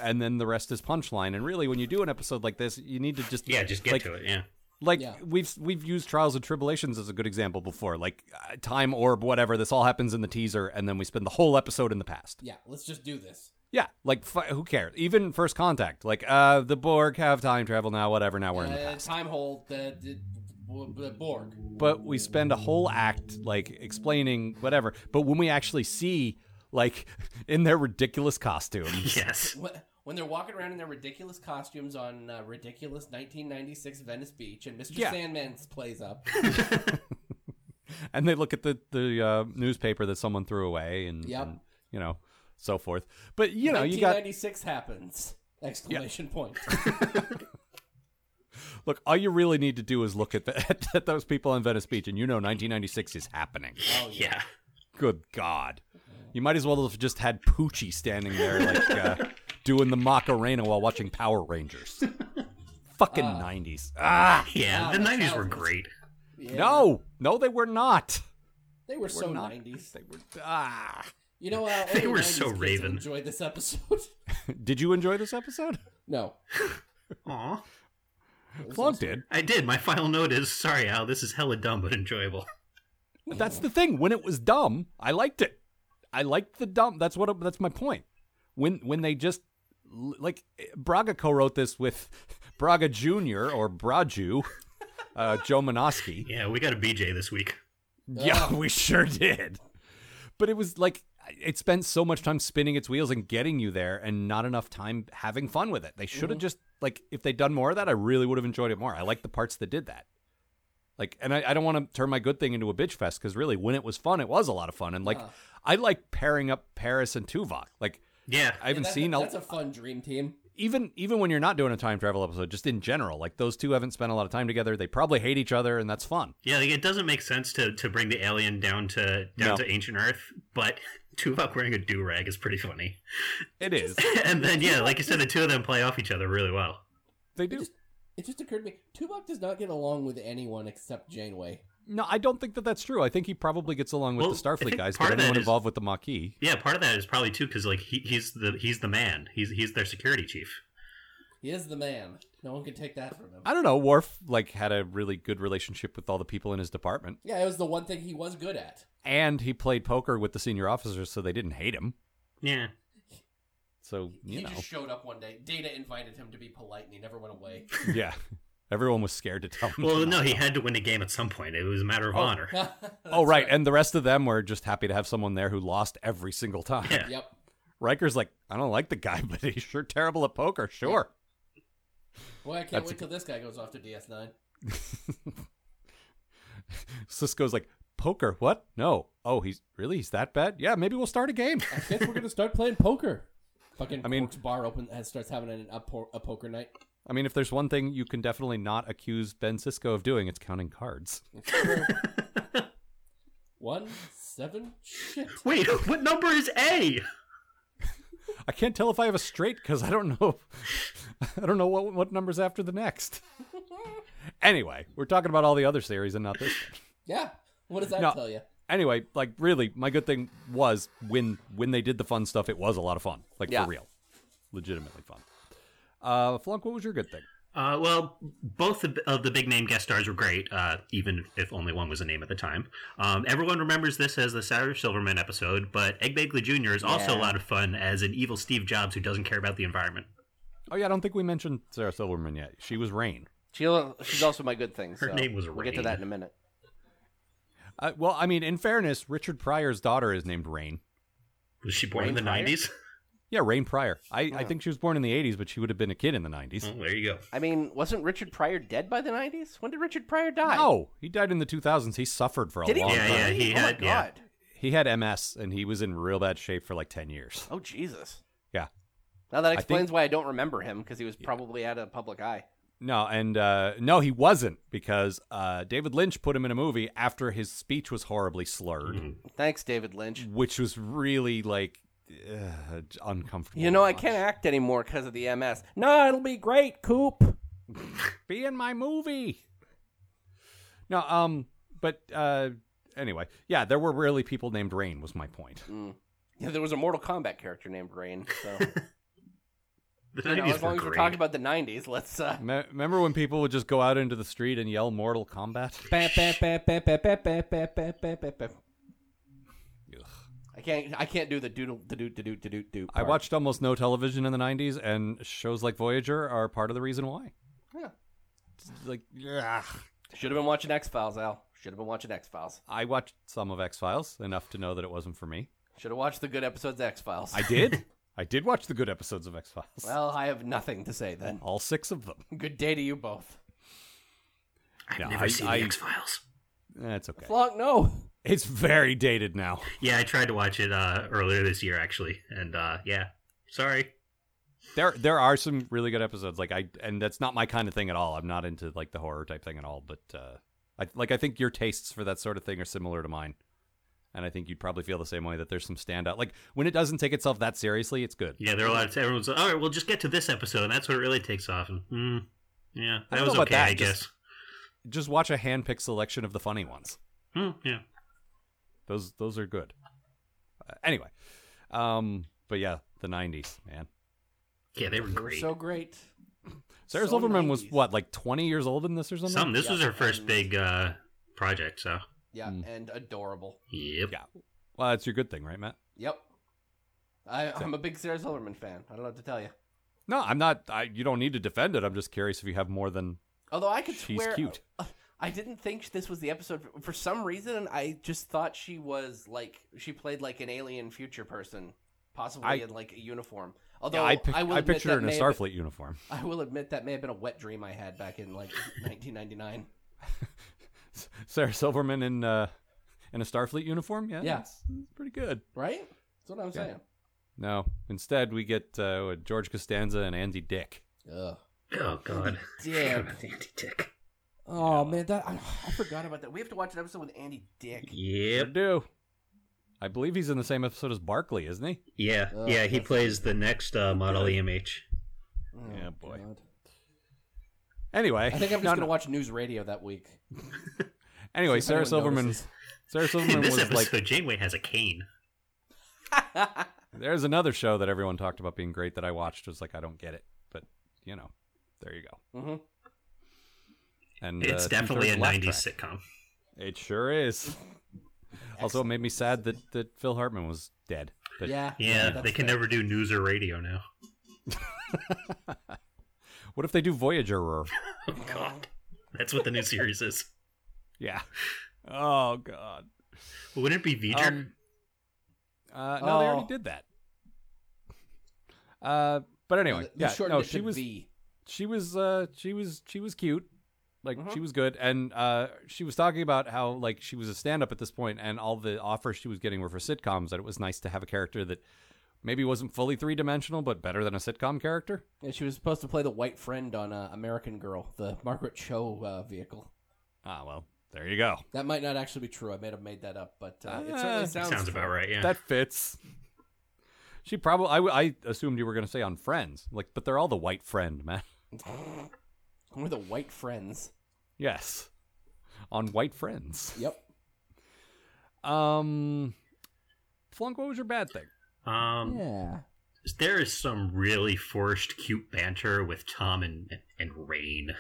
D: and then the rest is punchline. And really when you do an episode like this, you need to just
E: Yeah, just get
D: like,
E: to it. Yeah.
D: Like
F: Yeah.
D: we've we've used trials and tribulations as a good example before. Like uh, time orb whatever, this all happens in the teaser and then we spend the whole episode in the past.
F: Yeah, let's just do this.
D: Yeah, like fi- who cares? Even first contact, like uh, the Borg have time travel now, whatever. Now we're in the
F: Uh,
D: past,
F: time hold the, the, the Borg.
D: but we spend a whole act like explaining whatever. But when we actually see, like, in their ridiculous costumes,
E: Yes.
F: Wh- When they're walking around in their ridiculous costumes on uh, ridiculous 1996 Venice Beach, and Mr.
D: Yeah.
F: Sandman plays up.
D: and they look at the the uh, newspaper that someone threw away, and,
F: Yep.
D: and, you know, so forth. But you know, you got
F: 1996 happens! Exclamation point.
D: look. All you really need to do is look at the, at those people on Venice Beach, and you know, 1996 is happening.
E: Yeah.
D: Good God. You might as well have just had Poochie standing there, like, uh, doing the Macarena while watching Power Rangers. Fucking 90s. Ah!
E: Yeah.
F: Wow,
E: the
F: that's
E: nineties were
F: powerful.
E: great.
F: Yeah.
D: No! No, they were not.
F: They were so
D: not-
F: 90s.
D: They were. Ah!
F: You know, uh,
E: They
F: only
E: were
F: 90s
E: so
F: kids will
E: Raven.
F: Enjoy this episode.
D: Did you enjoy this episode?
F: no,
E: Aw.
D: Flunk did.
E: I did. My final note is sorry, Al, this is hella dumb but enjoyable.
D: But that's the thing. When it was dumb, I liked it. I liked the dumb. That's what. That's my point. When when they just like Braga co-wrote this with Braga Junior or Braju, uh, Joe Minoski.
E: Yeah, we got a BJ this week.
D: Yeah, we sure did. But it was like it spent so much time spinning its wheels and getting you there and not enough time having fun with it. They should
F: Mm-hmm.
D: have just like if they'd done more of that, I really would have enjoyed it more. I like the parts that did that. Like and I, I don't want to turn my good thing into a bitch fest because really when it was fun, it was a lot of fun. And like I like pairing up Paris and Tuvok. Like
E: Yeah.
D: I haven't
F: that's,
D: seen
F: a,
D: a,
F: that's a fun dream team.
D: even even when you're not doing a time travel episode, just in general, like those two haven't spent a lot of time together. They probably hate each other and that's fun.
E: Yeah, like it doesn't make sense to, to bring the alien down to down
D: No.
E: to ancient Earth, but Tuvok wearing a do rag is pretty funny.
D: It is.
E: and then yeah, like you said, the two of them play off each other really well.
D: They do.
F: It just occurred to me, Tuvok does not get along with anyone except Janeway.
D: No, I don't think that that's true. I think he probably gets along with
E: Well,
D: the
E: I
D: Starfleet
E: think
D: guys,
E: part
D: but
E: of that
D: anyone
E: is-
D: involved with the Maquis.
E: Yeah, part of that is probably too because like he, he's the he's the man. He's he's their security chief.
F: He is the man. No one can take that from him.
D: I don't know. Worf like had a really good relationship with all the people in his department,
F: Yeah, it was the one thing he was good at.
D: and he played poker with the senior officers, so they didn't hate him.
E: Yeah.
D: So you
F: he
D: know,
F: just showed up one day. Data invited him to be polite, and he never went away.
D: yeah. Everyone was scared to tell him.
E: Well,
D: to
E: no,
D: not.
E: he had to win a game at some point. It was a matter of honor.
D: Oh right. and the rest of them were just happy to have someone there who lost every single time.
E: Yeah.
F: Yep.
D: Riker's like, I don't like the guy, but he's sure terrible at poker. Sure.
F: Boy, I can't
D: That's
F: wait
D: a-
F: till this guy goes off to DS9.
D: Cisco's like, poker? What? No. Oh, he's really he's that bad? Yeah, maybe we'll start a game.
F: I guess we're gonna start playing poker. Fucking
D: I mean-
F: Quark's bar open has, starts having an, a, po- a poker night.
D: I mean, if there's one thing you can definitely not accuse Ben Cisco of doing, it's counting cards.
F: One seven shit.
E: Wait, what number is A?
D: I can't tell if I have a straight because I don't know. I don't know what what numbers after the next. anyway, we're talking about all the other series and not this. One.
F: Yeah. What does that
D: No.
F: tell you?
D: Anyway, like really, my good thing was when when they did the fun stuff, it was a lot of fun. Like
G: Yeah.
D: for real, legitimately fun. Uh, Flunk, what was your good thing?
E: Uh, well, both of- of the big name guest stars were great, uh, even if only one was a name at the time. Um, everyone remembers this as the Sarah Silverman episode, but Egg Bagley Jr. is also a lot of fun as an evil Steve Jobs who doesn't care about the environment.
D: Oh yeah, I don't think we mentioned Sarah Silverman yet. She was Rain.
G: She, she's also my good thing.
E: Her
G: so
E: name was
G: We'll get to
E: Rain.
G: that in a minute.
D: Uh, well, I mean, in fairness, Richard Pryor's daughter is named Rain.
E: Was she born in
G: Wayne
E: the
G: Pryor?
E: 90s?
D: Yeah, Rain Pryor. I, I think she was born in the 80s, but she would have been a kid in the 90s.
E: Well, Oh, there you go.
G: I mean, wasn't Richard Pryor dead by the 90s? When did Richard Pryor die?
D: No, he died in the 2000s. He suffered for a
G: Did he?
D: long
E: Yeah,
D: time.
E: yeah, he
G: oh
E: had-
G: my
E: yeah.
G: god.
D: He had MS and he was in real bad shape for like 10 years.
G: Oh Jesus.
D: Yeah.
G: Now that
D: think-
G: explains why I don't remember him because he was probably out of public eye.
D: No, and uh, no, he wasn't because uh, David Lynch put him in a movie after his speech was horribly slurred,
G: Thanks, David
I: Mm,
G: Lynch.
D: which was really like uh, uncomfortable.
G: You know,
D: to
G: I
D: watch.
G: can't act anymore because of the MS. No, it'll be great, Coop.
D: be in my movie. No, um, but uh, anyway, yeah, there were really people named Rain. Was my point.
F: Yeah, there was a Mortal Kombat character named Rain. So
E: The
F: you know,
E: 90s
F: as long
E: were
F: as we're
E: great.
F: talking about the '90s, let's. Uh,
D: Me- remember when people would just go out into the street and yell "Mortal Kombat"?
I: Ba- ba- ba- ba- ba- ba- ba- ba- ba- ba- ba- ba.
F: I can't. I can't do the doodle, the doot, the doot, the doot, doot.
D: I
F: part.
D: watched almost no television in the '90s, and shows like Voyager are part of the reason why.
F: Yeah.
D: It's Like, yeah,
F: Should have been watching X Files, Al. Should have been watching X Files.
D: I watched some of X Files enough to know that it wasn't for me.
F: Should have watched the good episodes X Files.
D: I did. I did watch the good episodes of X Files.
F: Well, I have nothing to say then.
D: All six of them.
F: Good day to you both.
E: I've
D: No,
E: never
D: I-
E: seen
D: I-
E: the X Files.
D: That's okay.
F: Flock, no.
D: It's very dated now.
E: Yeah, I tried to watch it uh, earlier this year actually, and uh, yeah, sorry.
D: There, there are some really good episodes. Like I, and that's not my kind of thing at all. I'm not into like the horror type thing at all. But uh, I like I think your tastes for that sort of thing are similar to mine, and I think you'd probably feel the same way. That there's some standout. Like when it doesn't take itself that seriously, it's good.
E: Yeah, there are a lot of everyone's. All right, we'll just get to this episode, and that's when it really takes off. And mm, yeah,
D: I
E: that
D: don't
E: was
D: know about
E: okay,
D: that,
E: I
D: just-
E: guess.
D: Just watch a handpicked selection of the funny ones.
E: Hmm, yeah.
D: Those, those are good. Uh, anyway, um, but yeah, the '90s, man.
E: Yeah, they were
F: They were
E: great.
F: so great.
D: Sarah
F: So
D: Silverman was
F: 90s.
D: what, like 20 years old in this or something?
E: Some. This was
F: Yeah,
E: her first
F: and-
E: big uh, project, so
F: Yeah,
D: Mm.
F: and adorable.
E: yep.
D: Yeah. Well, that's your good thing, right, Matt?
F: Yep. I, I'm a big Sarah Silverman fan. I don't know what to tell you.
D: No, I'm not. I, you don't need to defend it. I'm just curious if you have more than
F: Although I could
D: She's
F: swear, uh,
D: cute.
F: I didn't think this was the episode. For some reason, I just thought she was like she played like an alien future person, possibly
D: I-
F: in like a uniform. Although
D: I,
F: I,
D: pic- I,
F: will admit
D: pictured her
F: that
D: in a
F: may have
D: Starfleet uniform.
F: been- I will admit that may have been a wet dream I had back in like 1999.
D: Sarah Silverman in uh, in a Starfleet uniform. Yeah,
F: Yeah.
D: that's, that's pretty good.
F: Right? That's what I'm saying.
D: No, instead we get uh, what, George Costanza and Andy Dick.
F: Ugh.
E: Oh God.
F: Dick.
E: Andy Dick.
I: Oh
D: Yeah.
I: man, that I,
F: I forgot about that. We have to watch an episode with Andy Dick.
D: Sure
E: Yep.
D: do. I believe he's in the same episode as Barkley, isn't he?
E: Yeah.
I: Oh,
E: yeah. He
I: that's-
E: plays the next uh, model EMH.
F: Oh,
D: Yeah, boy.
F: God.
D: Anyway,
F: I think I'm just
D: no,
F: gonna
D: no.
F: watch news radio that week.
D: Anyway,
F: see if
D: Sarah
F: anyone
D: Silverman.
F: notices.
D: Sarah
E: In
D: Silverman
E: this
D: was
E: episode,
D: like.
E: Janeway has a cane.
D: There's another show that everyone talked about being great that I watched. Was like, I don't get it, but you know, there you go.
F: Mhm. Mm-hmm.
D: And
E: It's
D: uh,
E: definitely a
D: two-thirds laugh
E: '90s
D: track.
E: sitcom.
D: It sure is. also, it made me sad that, that Phil Hartman was dead. But
F: Yeah.
E: Yeah,
F: that's
E: they can
F: fair.
E: never do news or radio now.
D: what if they do Voyager? Or...
E: Oh God, that's what the new series is.
D: Yeah. Oh God.
E: Wouldn't it be V'ger?
D: Um, uh, no, they already
F: Oh.
D: did that. Uh, but anyway,
F: They
D: yeah,
F: shortened
D: no,
F: it
D: she
F: to
D: was
F: V.
D: she was uh she was she was cute like
F: Uh-huh.
D: she was good and uh she was talking about how like she was a stand-up at this point and all the offers she was getting were for sitcoms and it was nice to have a character that maybe wasn't fully three-dimensional but better than a sitcom character
F: Yeah, she was supposed to play the white friend on uh, American Girl, the Margaret Cho uh, vehicle.
D: ah well there you go
F: That might not actually be true. I may have made that up, but uh, it
D: Ah,
F: certainly sounds.
E: Sounds about right. Yeah.
D: that fits she probably I, I assumed you were going to say on friends like but they're all the white friend man
F: We're the white friends.
D: yes on white friends
F: Yep.
D: um flunk what was your bad thing
E: um,
I: yeah.
E: there is some really forced cute banter with Tom and and Rain.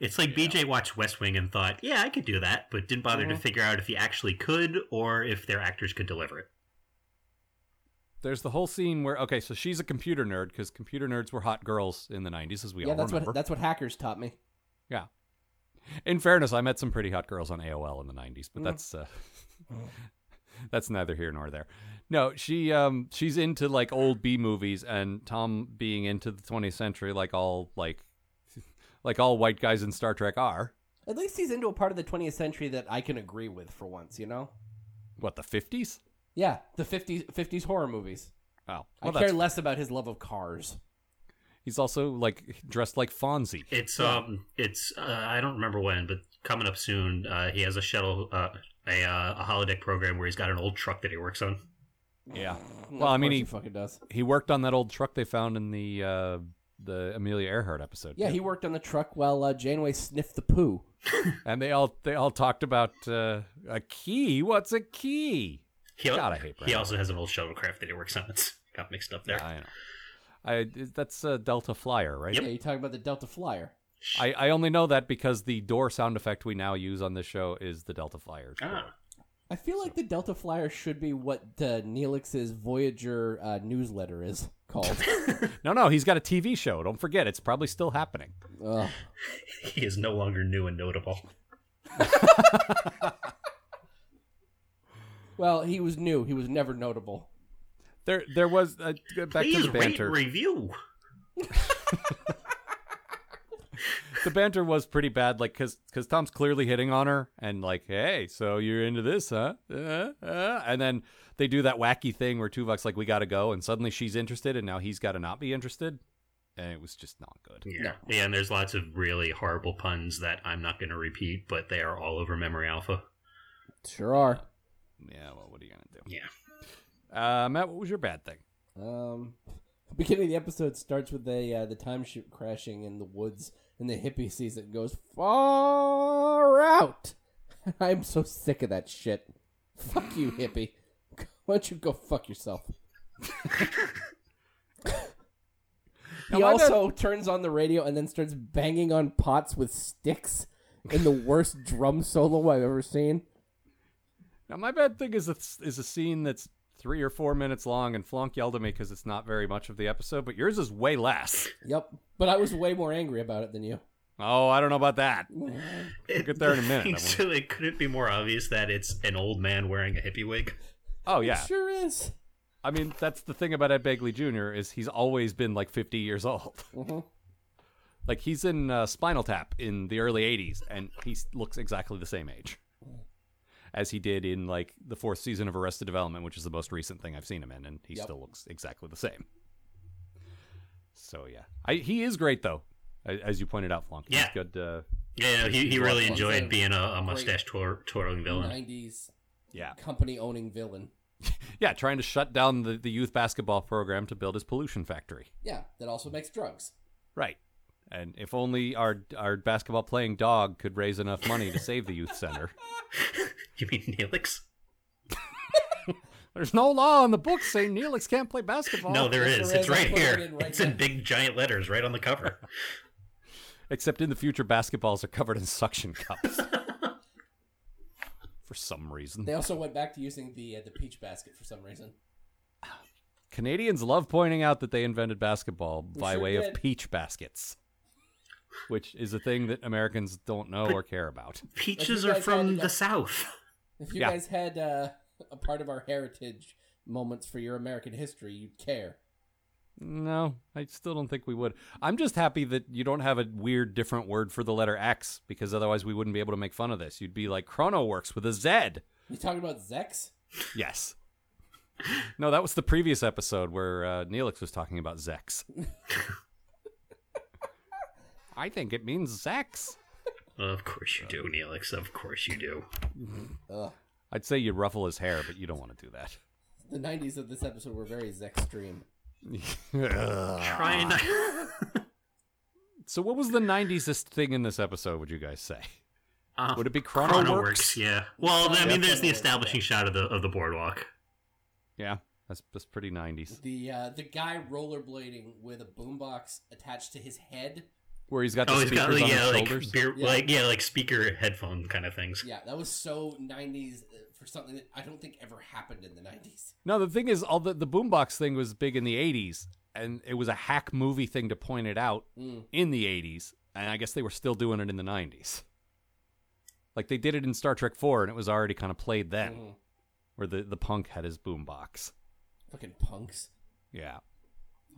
E: It's like BJ watched West Wing and thought, "Yeah, I could do that," but didn't bother
D: Uh-huh.
E: to figure out if he actually could or if their actors could deliver it.
D: There's the whole scene where okay, so she's a computer nerd because computer nerds were hot girls in the '90s, as we
F: yeah,
D: all
F: that's
D: remember.
F: what that's what hackers taught me.
D: yeah. In fairness, I met some pretty hot girls on AOL in the
F: Mm.
D: '90s, but that's uh, that's neither here nor there. No, she um she's into like old B movies, and Tom being into the 20th century, like all like like all white guys in Star Trek are.
F: At least he's into a part of the 20th century that I can agree with for once. You know.
D: What the '50s?
F: Yeah, the 50s 50s horror movies.
D: Oh, well,
F: I
D: that's,
F: care less about his love of cars.
D: he's also like dressed like Fonzie.
E: It's um, it's uh, I don't remember when, but coming up soon, uh, he has a shuttle, uh, a uh, a holodeck program where he's got an old truck that he works on.
D: Yeah. Well, I mean,
F: Of course
D: he
F: he fucking does.
D: he worked on that old truck they found in the uh, the Amelia Earhart episode.
F: Yeah,
D: too.
F: he worked on the truck while uh, Janeway sniffed the poo.
D: and they all they all talked about uh, a key. What's a key?
E: He,
D: God, I hate
E: he
D: Brad.
E: also has an old shuttlecraft that he works on. It's got mixed up there.
D: I know. I that's a Delta Flyer, right?
E: Yep.
F: Yeah, you talking about the Delta Flyer.
D: I, I only know that because the door sound effect we now use on this show is the Delta Flyer.
E: Ah.
F: I feel like the Delta Flyer should be what uh, Neelix's Voyager uh, newsletter is called.
D: No, no, he's got a TV show. Don't forget, it's probably still happening.
F: Ugh.
E: He is no longer new and notable.
F: Well, he was new. He was never notable.
D: There there was uh, back to
E: Please
D: the
E: rate
D: banter.
E: review.
D: the banter was pretty bad like because tom's clearly hitting on her and like hey so you're into this huh uh, uh. and then they do that wacky thing where tuvok's like we gotta go and suddenly she's interested and now he's gotta not be interested and it was just not good
E: Yeah. yeah, and there's lots of really horrible puns that I'm not going to repeat, but they are all over Memory Alpha.
F: Sure are.
D: yeah well what are you gonna do
E: Yeah.
D: uh matt what was your bad thing
F: Um, beginning of the episode starts with the uh, the time ship crashing in the woods, and the hippie sees it and goes far out. I'm so sick of that shit. Fuck you, hippie. Why don't you go fuck yourself? he
D: Now, my bad-
F: also turns on the radio and then starts banging on pots with sticks in the worst drum solo I've ever seen.
D: now my bad thing is a, is a scene that's three or four minutes long and flonk yelled at me because it's not very much of the episode but yours is way less
F: Yep. But I was way more angry about it than you.
D: oh i don't know about that
E: We'll
D: get there in a minute, I
E: so it couldn't be more obvious that it's an old man wearing a hippie wig.
D: oh yeah
F: Sure is.
D: I mean, that's the thing about Ed Begley Jr. is he's always been like 50 years old. Like he's in uh, Spinal Tap in the early 80s, and he s- looks exactly the same age as he did in like the fourth season of Arrested Development, which is the most recent thing I've seen him in, and he still looks exactly the same. So yeah, I, he is great though, a- as you pointed out, Flonk. He's
E: Yeah.
D: good. Uh,
E: Yeah, he, he really enjoyed
F: a
E: being a, a mustache twir- twirling villain.
F: 90s
D: yeah,
F: company owning villain.
D: yeah, trying to shut down the, the youth basketball program to build his pollution factory.
F: Yeah, that also makes drugs.
D: Right. And if only our our basketball playing dog could raise enough money to save the youth center.
E: You mean Neelix?
D: There's no law in the book saying Neelix can't play basketball.
E: no, there
F: yes,
E: is.
F: there
E: It's
F: is. I
E: right
F: put it
E: here.
F: in right
E: it's in
F: now.
E: big giant letters right on the cover.
D: Except in the future, basketballs are covered in suction cups. For some reason.
F: They also went back to using the uh, the peach basket for some reason.
D: Canadians love pointing out that they invented basketball by
F: sure
D: way
F: did.
D: of peach baskets, which is a thing that Americans don't know or care about.
E: Peaches
F: you
E: are
F: guys
E: from
F: added
E: the
F: up-
E: South.
F: If you
D: Yeah.
F: guys had uh, a part of our heritage moments for your American history, you'd care.
D: No, I still don't think we would. I'm just happy that you don't have a weird different word for the letter X because otherwise we wouldn't be able to make fun of this. You'd be like ChronoWorks with a Z.
F: You talking about Zex?
D: Yes. No, that was the previous episode where uh, Neelix was talking about Zex. I think it means Zex.
E: Of course you do, Neelix. Of course you do.
D: I'd say you'd ruffle his hair, but you don't want to do that.
F: The 90s of this episode were very Zex stream.
D: Uh,
E: Try not.
D: so, what was the 90s thing in this episode, would you guys say?
E: Uh,
D: Would it be
E: Chrono
D: ChronoWorks?
E: Works, Yeah. Well, I mean, there's the
F: Definitely.
E: establishing shot of the of the boardwalk.
D: Yeah, that's, that's pretty 90s.
F: The uh, the guy rollerblading with a boombox attached to his head.
D: Where he's got the
E: Oh, it's
D: speakers
E: got like,
D: on his
E: yeah,
D: shoulders.
E: like, beer,
F: Yeah.
E: like yeah, like speaker headphone kind of things.
F: Yeah, that was so 90s uh, for something that I don't think ever happened in the 90s.
D: No, the thing is, all the the boombox thing was big in the '80s, and it was a hack movie thing to point it out
F: Hmm.
D: in the '80s, and I guess they were still doing it in the '90s. Like they did it in Star Trek Four, and it was already kind of played then,
F: Mm-hmm.
D: where the the punk had his boombox.
F: Fucking punks.
D: Yeah,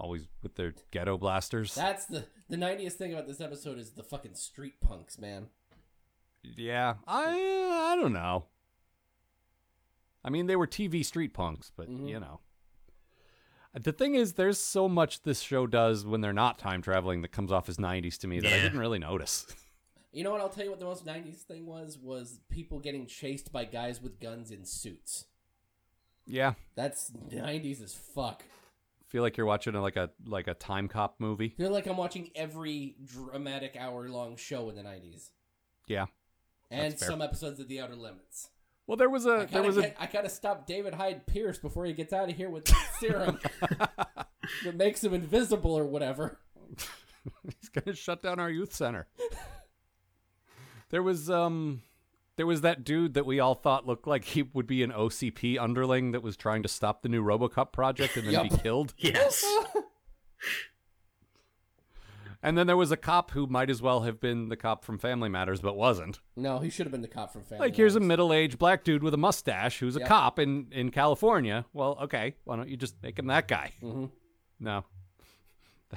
D: always with their ghetto blasters.
F: That's the the 90s thing about this episode is the fucking street punks, man.
D: yeah, I I don't know. I mean, they were TV street punks, but you know. The thing is, there's so much this show does when they're not time traveling that comes off as 90s to me that I
E: Yeah.
D: didn't really notice.
F: You know what? I'll tell you what the most '90s thing was was people getting chased by guys with guns in suits.
D: yeah,
F: That's '90s as fuck.
D: Feel like you're watching a, like a like a time cop movie.
F: Feel like I'm watching every dramatic hour long show in the '90s,
D: Yeah.
F: and
D: That's fair.
F: some episodes of The Outer Limits.
D: Well, there was
F: I
D: a Uh, there
F: gotta,
D: was a
F: get- I gotta stop David Hyde Pierce before he gets out of here with serum that makes him invisible or whatever.
D: he's gonna shut down our youth center. there was um there was that dude that we all thought looked like he would be an OCP underling that was trying to stop the new RoboCop project and then be
F: Yup.
D: killed.
E: Yes.
D: And then there was a cop who might as well have been the cop from Family Matters but wasn't.
F: No, he should have been the cop from Family.
D: Like here's a
F: Matters.
D: middle-aged black dude with a mustache who's a
F: Yep.
D: cop in in California. Well, okay, why don't you just make him that guy?
F: Mhm.
D: No.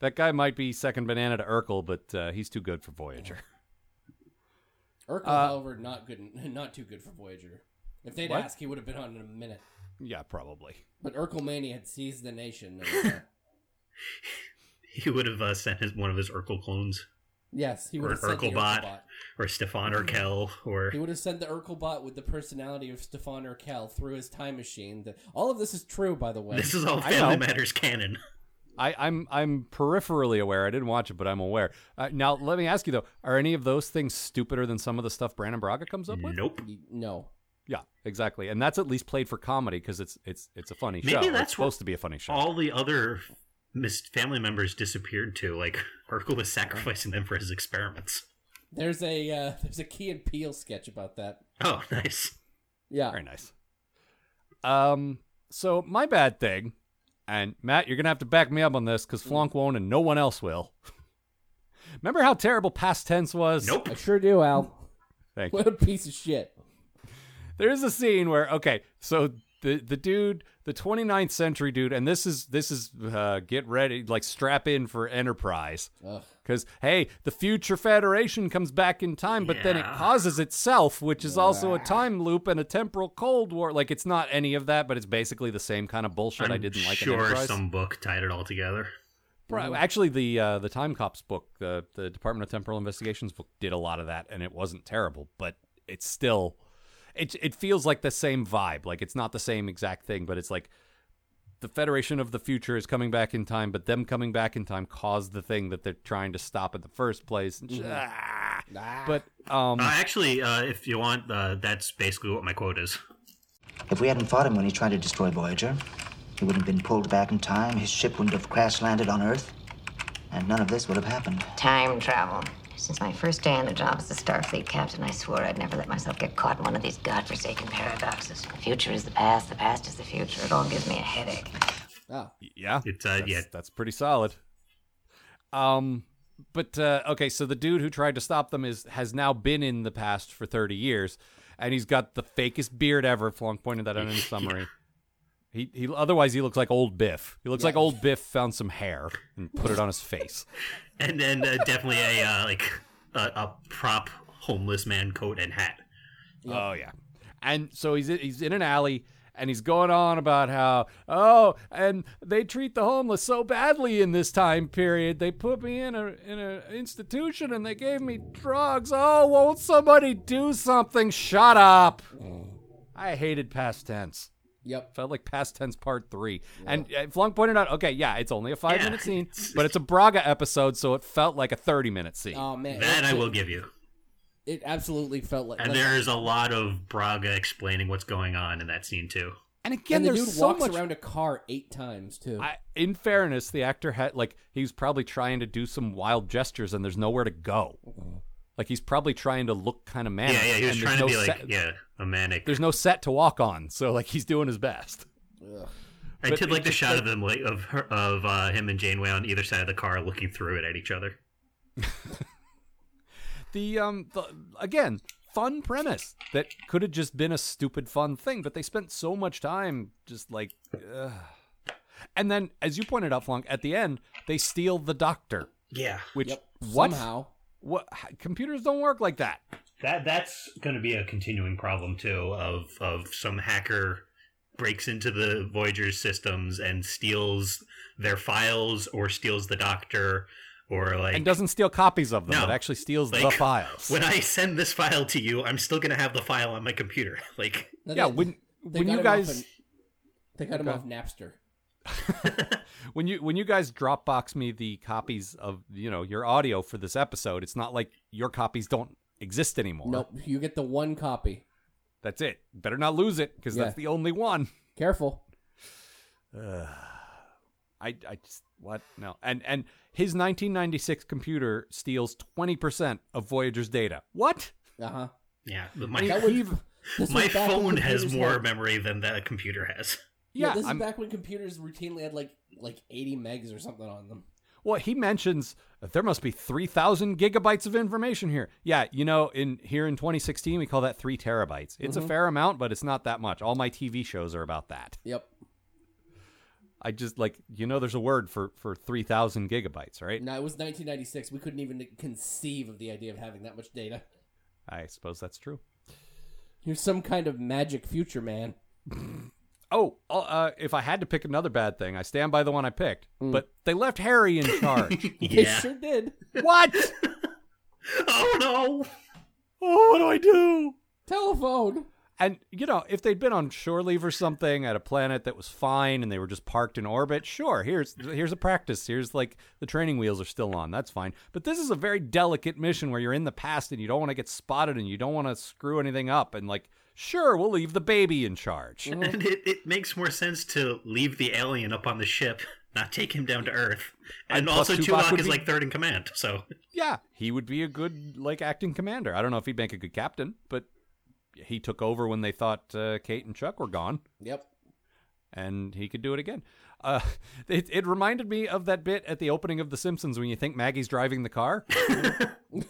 D: that guy might be second banana to Urkel, but uh, he's too good for Voyager.
F: Urkel,
D: uh,
F: however, not good, not too good for Voyager. If they'd
D: What?
F: asked, he would have been on in a minute.
D: Yeah, probably.
F: But Urkel mania had seized the nation. and, uh,
E: He would have uh, sent his, one of his Urkel clones,
F: yes, he
E: Or
F: would have
E: an
F: sent the
E: Urkel
F: Urkel
E: bot.
F: bot.
E: or Stefan Urkel, or
F: He would have sent the Urkel bot with the personality of Stefan Urkel through his time machine. The, all of this is true, by the way.
E: this is all
D: I
E: Family
D: know.
E: Matters canon.
D: I, I'm I'm peripherally aware. I didn't watch it, but I'm aware. Uh, now, let me ask you though: Are any of those things stupider than some of the stuff Brandon Braga comes up with?
E: Nope.
F: no,
D: Yeah, exactly. And that's at least played for comedy because it's it's it's a funny
E: Maybe
D: show.
E: that's
D: it's supposed
E: what
D: to be a funny show.
E: All the other missed family members disappeared too. Like Urkel was sacrificing them for his experiments.
F: there's a uh, there's a Key and Peele sketch about that.
E: Oh, nice.
F: Yeah,
D: Very nice. Um, so my bad thing, and Matt, you're gonna have to back me up on this because Flonk won't, and no one else will. Remember how terrible past tense was?
E: Nope.
F: I sure do, Al.
D: Thank you.
F: What a piece of shit.
D: there is a scene where okay so the the dude the 29th century dude and this is this is uh, get ready like strap in for enterprise
F: Ugh.
D: because hey the future federation comes back in time but then it
E: Yeah.
D: causes itself which is also a time loop and a temporal cold war like it's not any of that but it's basically the same kind of bullshit
E: I'm
D: i didn't like in
E: sure
D: enterprise
E: some book tied it all together.
D: Bro, actually the uh, the time cops book the the department of temporal investigations book did a lot of that and it wasn't terrible but it's still it, it feels like the same vibe like it's not the same exact thing but it's like the federation of the future is coming back in time but them coming back in time caused the thing that they're trying to stop in the first place Ah. but um
E: Uh, actually, uh, if you want, uh, that's basically what my quote is.
J: If we hadn't fought him when he tried to destroy Voyager, he wouldn't have been pulled back in time, his ship wouldn't have crash landed on Earth, and none of this would have happened.
K: Time travel. Since my first day on the job as a Starfleet captain, I swore I'd never let myself get caught in one of these godforsaken paradoxes. The future is the past, the past is the future. It all gives me a headache.
F: Oh,
D: yeah
E: It's uh,
D: that's,
E: yeah,
D: that's pretty solid. Um, but uh, okay, so the dude who tried to stop them is has now been in the past for thirty years, and he's got the fakest beard ever. Flonk pointed that out in his summary. He, he otherwise he looks like old Biff. He looks like old Biff found some hair and put it on his face.
E: and then uh, definitely a uh, like a, a prop homeless man coat and hat.
D: Oh yeah, and so he's he's in an alley and he's going on about how oh and they treat the homeless so badly in this time period. They put me in a in an institution and they gave me drugs. Oh, won't somebody do something? Shut up. I hated past tense.
F: yep.
D: Felt like past tense part three. And uh, Flunk pointed out, okay, yeah, it's only a five
E: Yeah.
D: minute scene, but it's a Braga episode, so it felt like a thirty minute scene.
F: Oh man,
E: That
F: it,
E: I will give you.
F: It absolutely felt like.
E: And
F: like-
E: there is a lot of Braga explaining what's going on in that scene too.
D: and again,
F: and the
D: there's
F: dude
D: so
F: walks
D: much
F: around a car eight times too.
D: I, in fairness, the actor had like he was probably trying to do some wild gestures, and there's nowhere to go. Like he's probably trying to look kind of manic.
E: yeah, yeah, he was
D: and
E: trying
D: there's
E: to
D: no
E: be like
D: set,
E: yeah, a manic.
D: There's no set to walk on, so like he's doing his best.
E: I
D: but
E: did
D: it
E: like the
D: just,
E: shot
D: like-
E: of him like of her, of uh, him and Janeway on either side of the car looking through it at each other.
D: The um, the, again, fun premise that could have just been a stupid fun thing, but they spent so much time just like, ugh. and then as you pointed out, Flunk, at the end they steal the doctor,
E: Yeah,
D: which
F: yep.
D: what
F: Somehow.
D: what computers don't work like that.
E: that that's going to be a continuing problem too of of some hacker breaks into the Voyager's systems and steals their files or steals the doctor or like
D: and doesn't steal copies of them.
E: No.
D: It actually steals the
E: Like,
D: files.
E: When I send this file to you, I'm still gonna have the file on my computer. Like,
F: No,
D: yeah,
F: they-
D: when
F: they
D: when
F: got him
D: you
F: off
D: guys
F: an- they got him
D: Okay.
F: off Napster.
D: when you when you guys Dropbox me the copies of you know your audio for this episode, it's not like your copies don't exist anymore.
F: Nope, you get the one copy.
D: That's it. Better not lose it because that's
F: Yeah.
D: the only one.
F: Careful.
D: I I just what no and and his 1996 computer steals 20 percent of Voyager's data. What?
F: Uh huh.
E: Yeah, but my
F: That was, this
E: my
F: was back when
E: phone has
F: computers
E: more
F: had-
E: memory than the computer has.
F: Yeah, this
D: I'm-
F: is back when computers routinely had like like 80 megs or something on them.
D: Well, he mentions that there must be 3,000 gigabytes of information here. Yeah, you know, in here in 2016, we call that three terabytes. It's a fair amount, but it's not that much. All my TV shows are about that.
F: Yep.
D: I just like, you know, there's a word for, for 3,000 gigabytes, right?
F: No, it was 1996. We couldn't even conceive of the idea of having that much data.
D: I suppose that's true.
F: You're some kind of magic future man.
D: Oh, uh, uh, if I had to pick another bad thing, I stand by the one I picked, but they left Harry in charge.
F: They
E: Yeah.
F: sure did.
D: what?
E: oh no.
D: Oh, what do I do?
F: Telephone.
D: And you know, if they'd been on shore leave or something at a planet that was fine and they were just parked in orbit, sure, here's here's a practice. Here's like the training wheels are still on. That's fine. But this is a very delicate mission where you're in the past and you don't want to get spotted and you don't want to screw anything up and like sure, we'll leave the baby in charge.
E: And it, it makes more sense to leave the alien up on the ship, not take him down to Earth. And,
D: And plus
E: also,
D: Tuvok
E: Tuvok
D: would
E: is
D: be-
E: like third in command, so
D: yeah, he would be a good like acting commander. I don't know if he'd make a good captain, but he took over when they thought uh, Kate and Chuck were gone.
F: Yep.
D: and he could do it again. Uh, it, it reminded me of that bit at the opening of The Simpsons when you think Maggie's driving the car.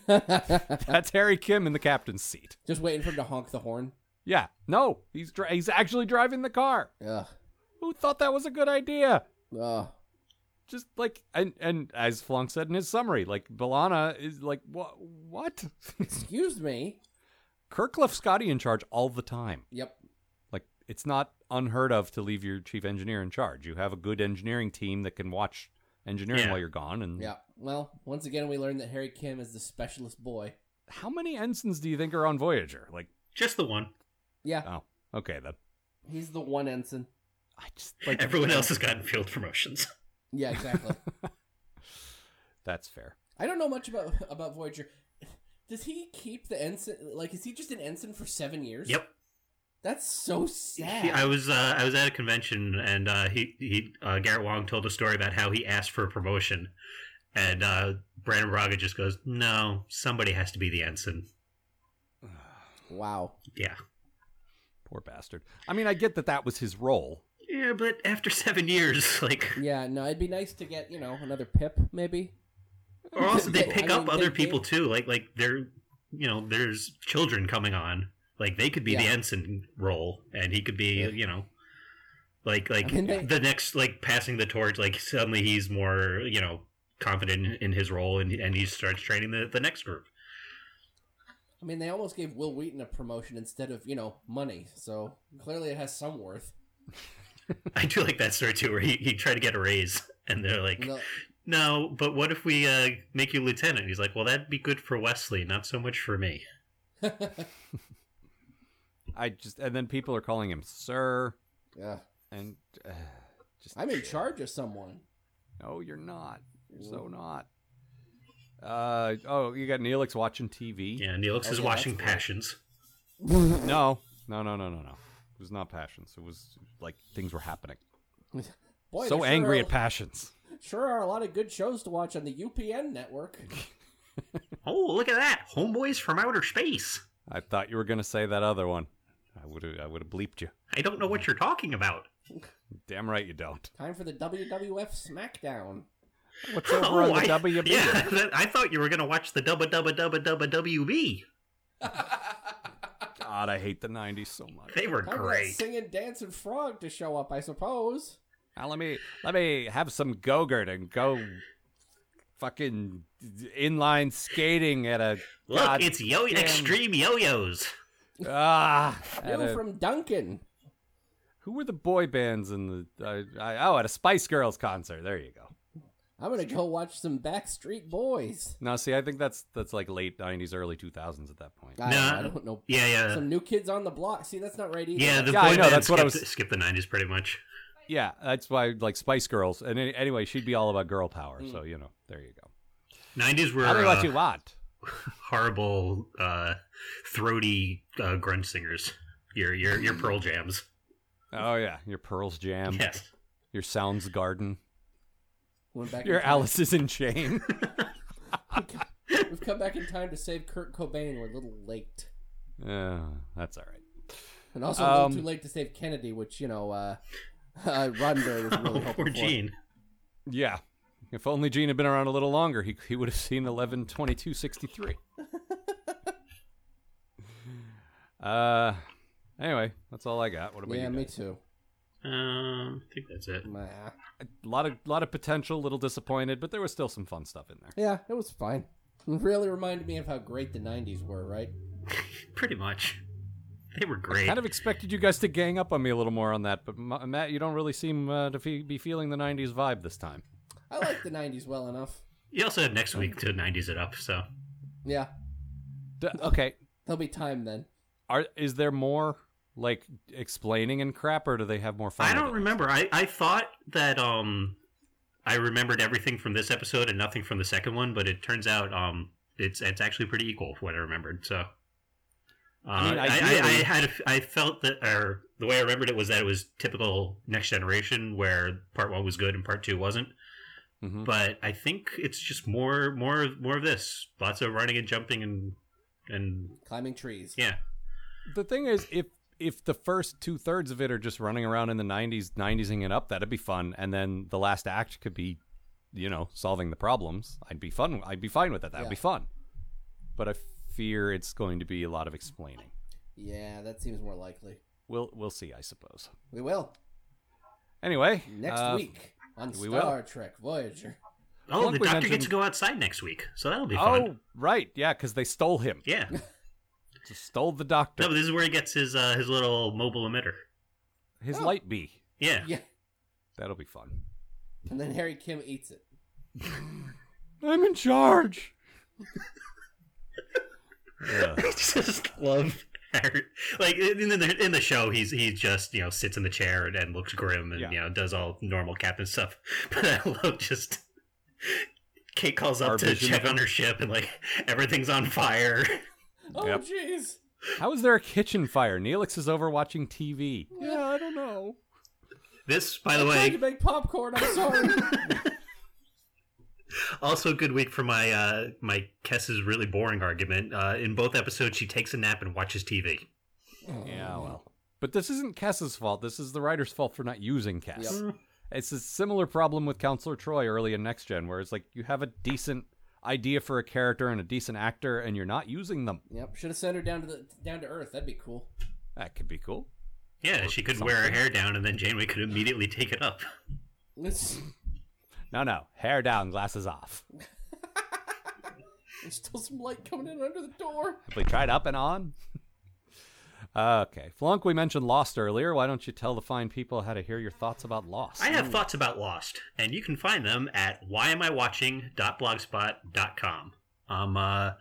D: That's Harry Kim in the captain's seat.
F: Just waiting for him to honk the horn.
D: Yeah, no, he's dri- he's actually driving the car.
F: Ugh.
D: Who thought that was a good idea?
F: Ugh.
D: Just like and and as Flunk said in his summary, like Balana is like what what?
F: Excuse me.
D: Kirk left Scotty in charge all the time.
F: Yep.
D: Like it's not unheard of to leave your chief engineer in charge. You have a good engineering team that can watch engineering
E: Yeah.
D: while you're gone and
F: Yeah. Well, once again, we learned that Harry Kim is the specialist boy.
D: how many ensigns do you think are on Voyager? Like,
E: just the one.
F: Yeah.
E: Uh.
D: oh, okay then.
F: He's the one ensign.
D: I just like
E: Everyone else has gotten field promotions.
F: Yeah, exactly.
D: That's fair.
F: I don't know much about about Voyager. Does he keep the ensign? Like, is he just an ensign for seven years?
E: Yep.
F: That's so
E: He- I
F: sad.
E: was uh, I was at a convention and uh, he he uh, Garrett Wong told a story about how he asked for a promotion, and uh, Brandon Braga just goes, "No, somebody has to be the ensign."
F: Wow.
E: Yeah,
D: Poor bastard. I mean, I get that that was his role.
E: yeah, but after seven years, like,
F: Yeah. No, it'd be nice to get you know another Pip maybe.
E: or also they
F: They-
E: pick
F: I
E: up
F: mean,
E: other
F: they-
E: people too. Like like they're you know there's children coming on. Like they could be the
F: Yeah.
E: ensign role, and he could be
F: Yeah.
E: you know. Like, like
F: mean, they-
E: the next, like passing the torch. Like suddenly, he's more, you know, confident in, in his role, and and he starts training the, the next group.
F: I mean, they almost gave Will Wheaton a promotion instead of you know money. So clearly, it has some worth.
E: I do like that story too, where he, he tried to get a raise, and they're like,
F: No,
E: "No, but what if we uh, make you lieutenant?" He's like, "Well, that'd be good for Wesley, not so much for me."
D: I just and then people are calling him sir
F: yeah.
D: and uh, just
F: I'm in charge of someone.
D: No, you're not. You're so not. Uh oh, you got Neelix watching TV.
E: Yeah, Neelix is
F: Oh, yeah,
E: watching
F: that's cool.
E: Passions.
D: No, no, no, no, no, no. It was not passions. It was like things were happening.
F: Boy,
D: so
F: there
D: angry
F: sure
D: at passions.
F: Are, sure are a lot of good shows to watch on the UPN network.
E: Oh, look at that! Homeboys from outer space.
D: I thought you were gonna say that other one. I would have I would have bleeped you.
E: I don't know what you're talking about.
D: Damn right you don't.
F: Time for the WWF SmackDown.
D: What's over on
E: Oh,
D: the
E: I,
D: WB?
E: Yeah, that, I thought you were gonna watch the Dubba Dubba Dubba Dubba WB.
D: God, I hate the '90s so much.
E: They were
F: Time for that
E: great.
F: singing, dancing frog to show up, I suppose.
D: Now let me let me have some gogurt and go fucking inline skating at a
E: Look,
D: God
E: it's yo
D: damn-
E: extreme yo-yos.
D: ah. at
F: Yo
D: a-
F: from Duncan.
D: who were the boy bands in the? Uh, I, oh, at a Spice Girls concert. There you go.
F: I'm gonna go watch some Backstreet Boys.
D: Now, see, I think that's that's like late '90s, early 2000s at that point.
F: I,
E: Nah.
F: I don't know.
E: Yeah, yeah,
F: Some new kids on the block. See, that's not right either.
E: yeah. The
D: Yeah,
E: boy
D: I know,
E: band
D: that's what I
E: skipped-
D: was-
E: skipped the '90s pretty much.
D: Yeah, that's why like Spice Girls. And any, anyway, she'd be all about girl power. So you know, there you go.
E: 90s were
D: Tell me
E: uh,
D: what you want.
E: horrible, uh, throaty uh, grunge singers. Your your your Pearl Jams.
D: Oh yeah, your Pearls Jam,
E: Yes.
D: your Sounds Garden,
F: Went back in
D: your
F: time.
D: Alice's in Chain.
F: We've come back in time to save Kurt Cobain. We're a little late,
D: uh, that's all right.
F: and also a little
D: Um,
F: too late to save Kennedy, which you know, uh, uh, Roddenberry was really
E: Poor
F: hoping for.
E: Gene.
D: Yeah. If only Gene had been around a little longer, he, he would have seen 11 22 63. uh, anyway, that's all I got. What about
F: Yeah,
D: you?
F: me
D: guys?
F: too.
E: Um, I think that's it.
F: My, uh,
D: A lot of, lot of potential, little disappointed, but there was still some fun stuff in there.
F: yeah, it was fine. It really reminded me of how great the '90s were, right?
E: Pretty much. They were great.
D: Kind of expected you guys to gang up on me a little more on that, but Ma- Matt, you don't really seem uh, to fe- be feeling the 90s vibe this time.
F: I like the '90s well enough.
E: You also have next week to 90s it up, so.
F: Yeah,
D: D- okay.
F: there'll be time then.
D: Are, is there more, like, explaining and crap, or do they have more fun?
E: I
D: with
E: don't
D: it?
E: remember. I, I thought that um I remembered everything from this episode and nothing from the second one, but it turns out um it's it's actually pretty equal what I remembered. So uh, I,
D: mean,
E: I, I,
D: ideally-
E: had a f- I felt that or the way I remembered it was that it was typical Next Generation where part one was good and part two wasn't.
D: Mhm.
E: But I think it's just more more more of this. Lots of running and jumping and and
F: Climbing trees.
E: yeah.
D: the thing is if if the first two thirds of it are just running around in the 90s 90sing it up that'd be fun and then the last act could be you know solving the problems i'd be fun i'd be fine with that that'd be
F: Yeah.
D: fun but i fear it's going to be a lot of explaining
F: Yeah, that seems more likely.
D: we'll we'll see i suppose
F: We will
D: anyway
F: next
D: uh,
F: week on
D: we will.
F: Star Trek Voyager.
E: Oh,
D: Plunk,
E: the
D: we
E: doctor
D: mentioned-
E: gets to go outside next week, so that'll be fun.
D: oh right yeah because they stole him
E: Yeah.
D: Just stole the doctor
E: No, but this is where he gets his uh, his little mobile emitter.
D: his
F: Oh.
D: light bee
E: Yeah.
F: Yeah,
D: that'll be fun
F: and then Harry Kim eats it.
D: i'm in charge Ugh.
E: I just love Harry. Like in the in the show, he's he just you know sits in the chair and, and looks grim and
D: Yeah.
E: you know does all normal captain stuff. But I love just Kate calls up
D: Our
E: to
D: vision.
E: check on her ship and like everything's on fire.
F: Oh,
D: Yep.
F: jeez.
D: How is there a kitchen fire? Neelix is over watching TV. Yeah, I don't know.
E: This, by the
F: Trying to
E: way,
F: make popcorn. I'm sorry.
E: also a good week for my uh, my Kess's really boring argument. Uh, in both episodes, she takes a nap and watches TV.
D: Yeah, well. But this isn't Kess's fault. This is the writer's fault for not using Kess. It's a similar problem with Counselor Troy early in Next Gen, where it's like you have a decent idea for a character and a decent actor, and you're not using them.
F: Yep, should have sent her down to the down to Earth. That'd be cool.
D: That could be cool.
E: Yeah, she could wear her hair down, and then Janeway could immediately take it up.
F: Let's.
D: No, no. Hair down, glasses off.
F: There's still some light coming in under the door.
D: Have we tried up and on? okay. Flunk, we mentioned Lost earlier. Why don't you tell the fine people how to hear your thoughts about Lost?
E: I have thoughts about Lost, and you can find them at whyamiwatching.blogspot.com. I'm uh,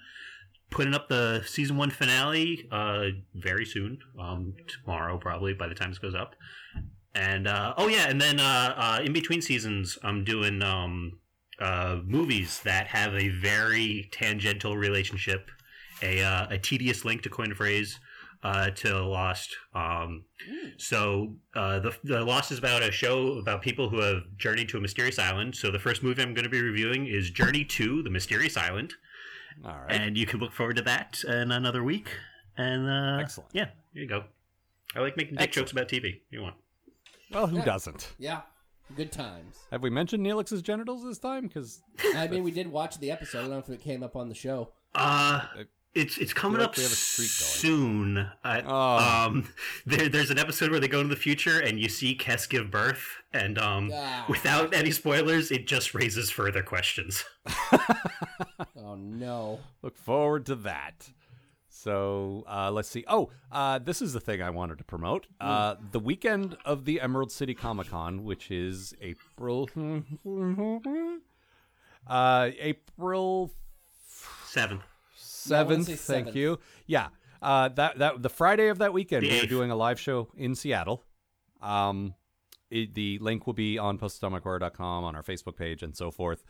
E: putting up the season one finale uh, very soon, um, tomorrow probably by the time this goes up. And uh, oh yeah, and then uh, uh, in between seasons, I'm doing um, uh, movies that have a very tangential relationship, a uh, a tedious link to coin a phrase uh, to Lost. Um, so uh, the the Lost is about a show about people who have journeyed to a mysterious island. So the first movie I'm going to be reviewing is Journey to the Mysterious Island,
D: All right.
E: and you can look forward to that in another week. And uh,
D: Excellent.
E: yeah, there you go. I like making dick jokes about TV. You want?
D: Well, who doesn't?
F: Yeah, good times.
D: Have we mentioned Neelix's genitals this time? Because
F: I mean, we did watch the episode. I don't know if it came up on the show.
E: Uh, it's it's coming
D: like
E: up
D: we have a streak going.
E: soon. I,
D: Oh.
E: Um, there, there's an episode where they go into the future and you see Kes give birth, and um,
F: Ah.
E: without any spoilers, it just raises further questions.
F: Oh no.
D: look forward to that. So uh, let's see. Oh, uh, this is the thing I wanted to promote. Uh,
F: Mm.
D: the weekend of the Emerald City Comic Con, which is April, uh, April
E: Seventh.
D: seventh.
F: say
D: thank
F: seventh.
D: you. Yeah, uh, that that the Friday of that weekend,
E: The
D: we were
E: eighth.
D: doing a live show in Seattle. Um, it, the link will be on postatomichorror.com, on our Facebook page, and so forth.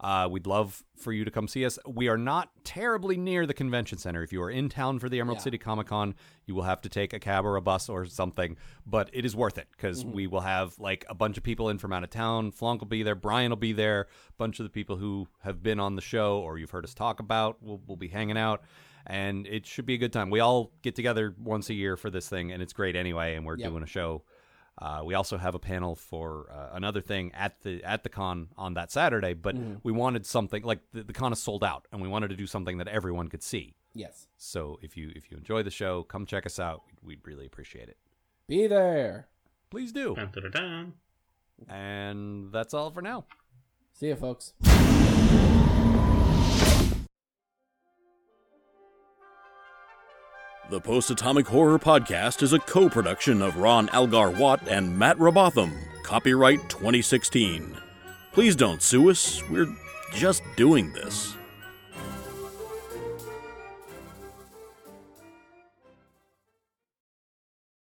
D: Uh, we'd love for you to come see us. We are not terribly near the convention center. If you are in town for the Emerald City Comic Con, you will have to take a cab or a bus or something, but it is worth it because we will have like a bunch of people in from out of town. Flonk will be there, Brian will be there, a bunch of the people who have been on the show or you've heard us talk about will will be hanging out. And it should be a good time. We all get together once a year for this thing, and it's great anyway. And we're doing a show uh, we also have a panel for uh, another thing at the at the con on that Saturday, but we wanted something like the, the con is sold out, and we wanted to do something that everyone could see.
F: Yes.
D: So if you if you enjoy the show, come check us out. We'd, we'd really appreciate it.
F: Be there.
D: Please do.
E: Dun, dun, dun, dun.
D: And that's all for now.
F: See ya, folks.
C: The Post Atomic Horror Podcast is a co production of Ron Algar Watt and Matt Robotham. Copyright 2016. Please don't sue us, we're just doing this.